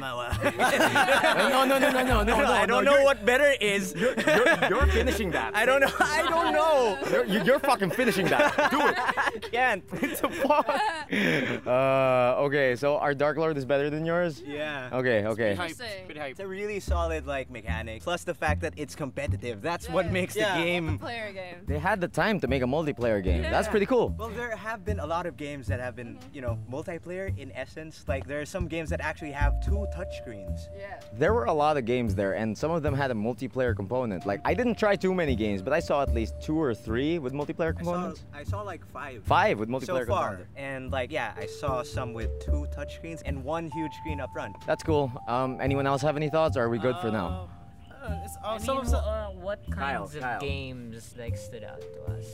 Speaker 1: no, no, no, no, no, no,
Speaker 29: I don't know
Speaker 1: no, you're-
Speaker 29: what better is.
Speaker 1: You're, you're, you're finishing that.
Speaker 29: I don't know. I don't know.
Speaker 1: You're, you're, you're fucking finishing that. Do it.
Speaker 29: I can't. It's a pause.
Speaker 1: Uh, okay, so our Dark Lord is better than yours?
Speaker 29: Yeah.
Speaker 1: Okay, okay.
Speaker 29: It's a really solid like mechanic. Plus the fact that it's competitive. That's what makes the game.
Speaker 26: Player game.
Speaker 1: They had the time to make a multiplayer game. That's pretty cool.
Speaker 29: Well, there have been a lot of games that have been, you know, multiplayer in essence. Like there are some games that actually have two touchscreens. Yeah.
Speaker 1: There were a lot of games there, and some of them had a multiplayer component. Like, I didn't try too many games, but I saw at least two or three with multiplayer components.
Speaker 29: I saw like five.
Speaker 1: Five with
Speaker 29: so
Speaker 1: multiplayer
Speaker 29: far.
Speaker 1: component.
Speaker 29: And like yeah, I saw some with two touchscreens and one huge screen up front.
Speaker 1: That's cool. Um, anyone else have any thoughts, or are we good for now?
Speaker 30: I mean, wh- uh, what
Speaker 4: Kyle,
Speaker 30: kinds of
Speaker 4: Kyle.
Speaker 30: games like stood out to us?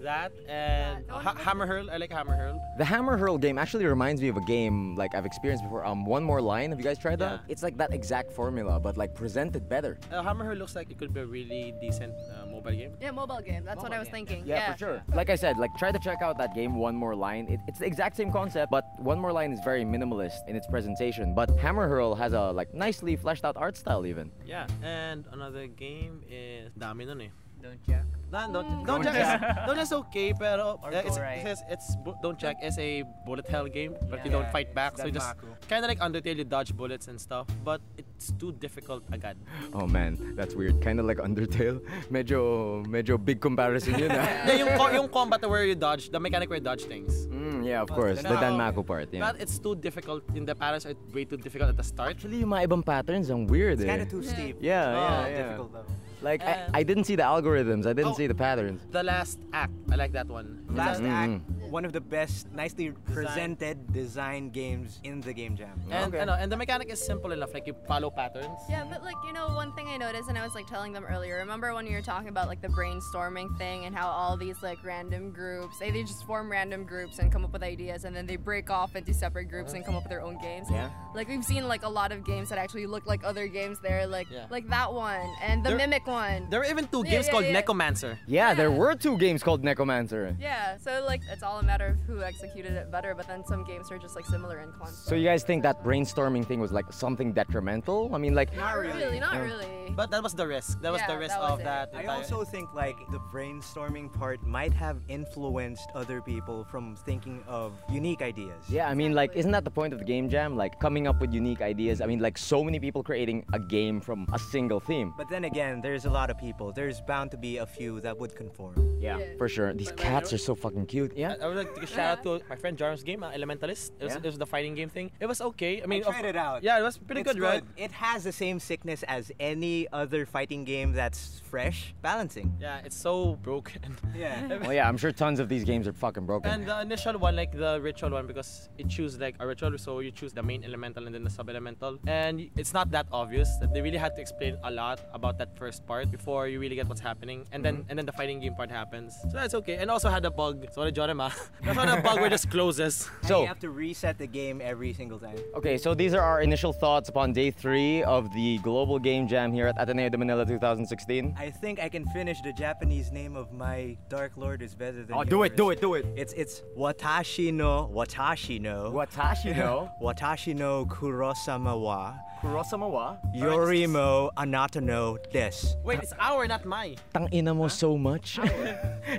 Speaker 4: That and ha- Hammer Hurl. I like Hammer Hurl.
Speaker 1: The hammer hurl game actually reminds me of a game like I've experienced before. Um, one more line. Have you guys tried that? It's like that exact formula, but like presented better.
Speaker 4: Uh, Hammer Hurl looks like it could be a really decent uh, mobile game.
Speaker 26: Yeah, mobile game. That's what I was thinking.
Speaker 1: Yeah, for sure. Like I said, like try to check out that game One More Line. It, it's the exact same concept, but One More Line is very minimalist in its presentation. But Hammer Hurl has a like nicely fleshed out art style even.
Speaker 4: Yeah, and another game is dami nun eh.
Speaker 30: Don't check.
Speaker 4: Nah, don't,
Speaker 30: Mm.
Speaker 4: don't,
Speaker 30: Don't
Speaker 4: check.
Speaker 30: Jack.
Speaker 4: Is, don't check's okay, pero
Speaker 30: Or
Speaker 4: uh, it's,
Speaker 30: Go Right.
Speaker 4: it says it's bu- don't check is a bullet hell game, but
Speaker 30: Yeah.
Speaker 4: you don't
Speaker 30: Yeah,
Speaker 4: fight back,
Speaker 30: it's
Speaker 4: so you just
Speaker 30: Danmaku.
Speaker 4: kind of like Undertale, you dodge bullets and stuff, but it's too difficult agad.
Speaker 1: Oh man, that's weird. Kind of like Undertale. Medyo medyo big comparison yun. ah.
Speaker 4: yeah, yung, co- yung combat where you dodge, the mechanic where you dodge things.
Speaker 1: Mm, yeah, of course. The Danmaku part. Yeah.
Speaker 4: But it's too difficult. In the patterns are way too difficult at the start.
Speaker 1: Actually, yung mga ibang patterns ang weird.
Speaker 4: It's
Speaker 1: eh.
Speaker 4: kinda too steep.
Speaker 1: Yeah,
Speaker 4: Oh,
Speaker 1: yeah, yeah.
Speaker 4: difficult
Speaker 29: level.
Speaker 1: Like I,
Speaker 4: And-
Speaker 1: I didn't see the algorithms. I
Speaker 4: Oh.
Speaker 1: didn't see the patterns.
Speaker 4: The last act. I like that one.
Speaker 29: Last
Speaker 1: Mm,
Speaker 29: act,
Speaker 1: mm.
Speaker 29: one of the best, nicely presented design games in the game jam.
Speaker 4: And ano, and the mechanic is simple enough. Like you follow patterns.
Speaker 26: Yeah, but like you know, one thing I noticed, and I was like telling them earlier. Remember when you were talking about like the brainstorming thing and how all these like random groups, they, they just form random groups and come up with ideas, and then they break off into separate groups and come up with their own games.
Speaker 15: Yeah.
Speaker 26: Like we've seen like a lot of games that actually look like other games there, like
Speaker 4: Yeah.
Speaker 26: like that one and the
Speaker 4: There-
Speaker 26: mimic one.
Speaker 4: There were even two
Speaker 26: Yeah,
Speaker 4: games
Speaker 26: yeah,
Speaker 4: called
Speaker 26: yeah.
Speaker 4: Necromancer.
Speaker 1: Yeah, there were two games called Necromancer.
Speaker 26: Yeah, so like it's all a matter of who executed it better, but then some games are just like similar in concept.
Speaker 1: So you guys think that brainstorming thing was like something detrimental? I mean, like
Speaker 26: Not really, not
Speaker 1: Yeah.
Speaker 26: really.
Speaker 4: But that was the risk. That was
Speaker 26: Yeah,
Speaker 4: the risk
Speaker 26: that was
Speaker 4: of
Speaker 26: it.
Speaker 4: that.
Speaker 29: I
Speaker 4: entire-
Speaker 29: also think like the brainstorming part might have influenced other people from thinking of unique ideas.
Speaker 1: Yeah, I mean, like, isn't that the point of the game jam? Like, coming up with unique ideas. I mean, like, so many people creating a game from a single theme.
Speaker 29: But then again, there's a lot of people. There's bound to be a few that would conform.
Speaker 1: Yeah. For sure. These cats are so fucking cute. Yeah.
Speaker 4: I would like to give a shout out to my friend Jarm's game, uh, Elementalist. It was,
Speaker 29: Yeah.
Speaker 4: it was the fighting game thing. It was okay. I mean,
Speaker 29: I tried it out.
Speaker 4: Yeah, it was pretty
Speaker 29: It's
Speaker 4: good, right?
Speaker 29: It has the same sickness as any other fighting game that's fresh. Balancing.
Speaker 4: Yeah, it's so broken.
Speaker 29: Yeah.
Speaker 1: Oh, yeah, I'm sure tons of these games are fucking broken.
Speaker 4: And the initial one, like the ritual one, because it choose like a ritual, so you choose the main elemental and then the sub elemental. And it's not that obvious. They really had to explain a lot about that first part before you really get what's happening. And then
Speaker 1: Mhm.
Speaker 4: and then the fighting game part happens. So that's okay. And also had a bug. Sorry, Jorema. That's how the bug where it just closes.
Speaker 1: So-
Speaker 29: you have to reset the game every single time.
Speaker 1: Okay, so these are our initial thoughts upon day three of the Global Game Jam here at Ateneo de Manila 2016.
Speaker 29: I think I can finish the Japanese name of my Dark Lord is better than
Speaker 1: Oh, do it, do it,
Speaker 29: do it. It's it's Watashi no Watashi no
Speaker 1: Watashi no?
Speaker 29: Watashi no Kurosama wa
Speaker 1: Kurosama wa
Speaker 29: Yorimo Anata no des.
Speaker 4: Wait, it's our, not my.
Speaker 1: Tangina mo so much.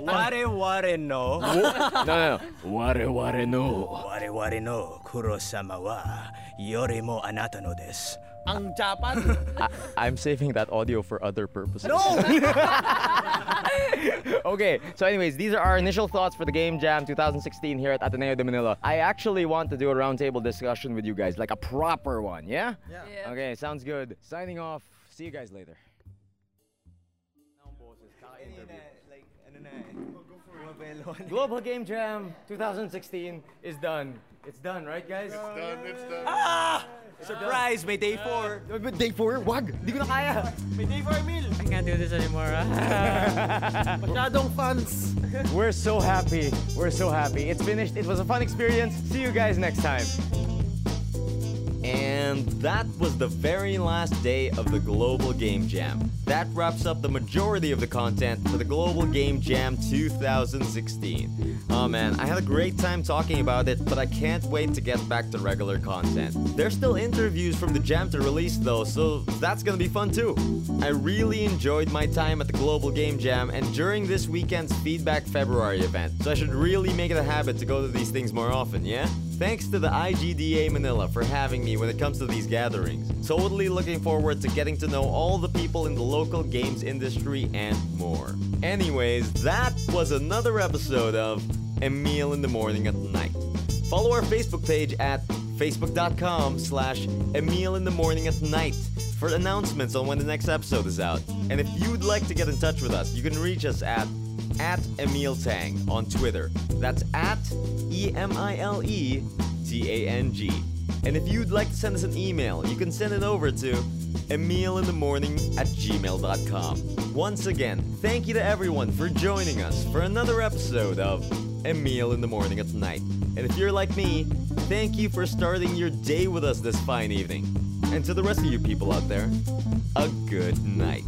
Speaker 29: Ware ware no.
Speaker 1: no, no, no. Ware ware no.
Speaker 29: Ware ware no Kurosama wa Yorimo Anata no des.
Speaker 4: Ang Japan.
Speaker 1: I- I'm saving that audio for other purposes. okay, so anyways, these are our initial thoughts for the Game Jam 2016 here at Ateneo de Manila. I actually want to do a roundtable discussion with you guys, like a proper one, yeah?
Speaker 4: Yeah.
Speaker 1: Okay, sounds good. Signing off. See you guys later. Global Game Jam 2016 is done. It's done, right, guys? It's done, it's done. Ah!
Speaker 29: Surprise, may day four.
Speaker 1: Day four? Wag! Hindi ko na kaya!
Speaker 4: May day for a meal.
Speaker 30: I can't do this anymore.
Speaker 4: Masyadong fans.
Speaker 1: We're so happy. We're so happy. It's finished. It was a fun experience. See you guys next time. And And that was the very last day of the Global Game Jam. That wraps up the majority of the content for the Global Game Jam 2016. Oh man, I had a great time talking about it, but I can't wait to get back to regular content. There's still interviews from the jam to release though, so that's gonna be fun too. I really enjoyed my time at the Global Game Jam and during this weekend's Feedback February event, so I should really make it a habit to go to these things more often, yeah? Thanks to the IGDA Manila for having me when it comes to these gatherings. Totally looking forward to getting to know all the people in the local games industry and more. Anyways, that was another episode of A Meal in the Morning at Night. Follow our Facebook page at facebook.com slash A Meal in the Morning at Night for announcements on when the next episode is out. And if you'd like to get in touch with us, you can reach us at at Emil Tang on Twitter. That's at E M I L E T A N G. And if you'd like to send us an email, you can send it over to emilinthemorning at gmail.com. Once again, thank you to everyone for joining us for another episode of Emil in the Morning at Night. And if you're like me, thank you for starting your day with us this fine evening. And to the rest of you people out there, a good night.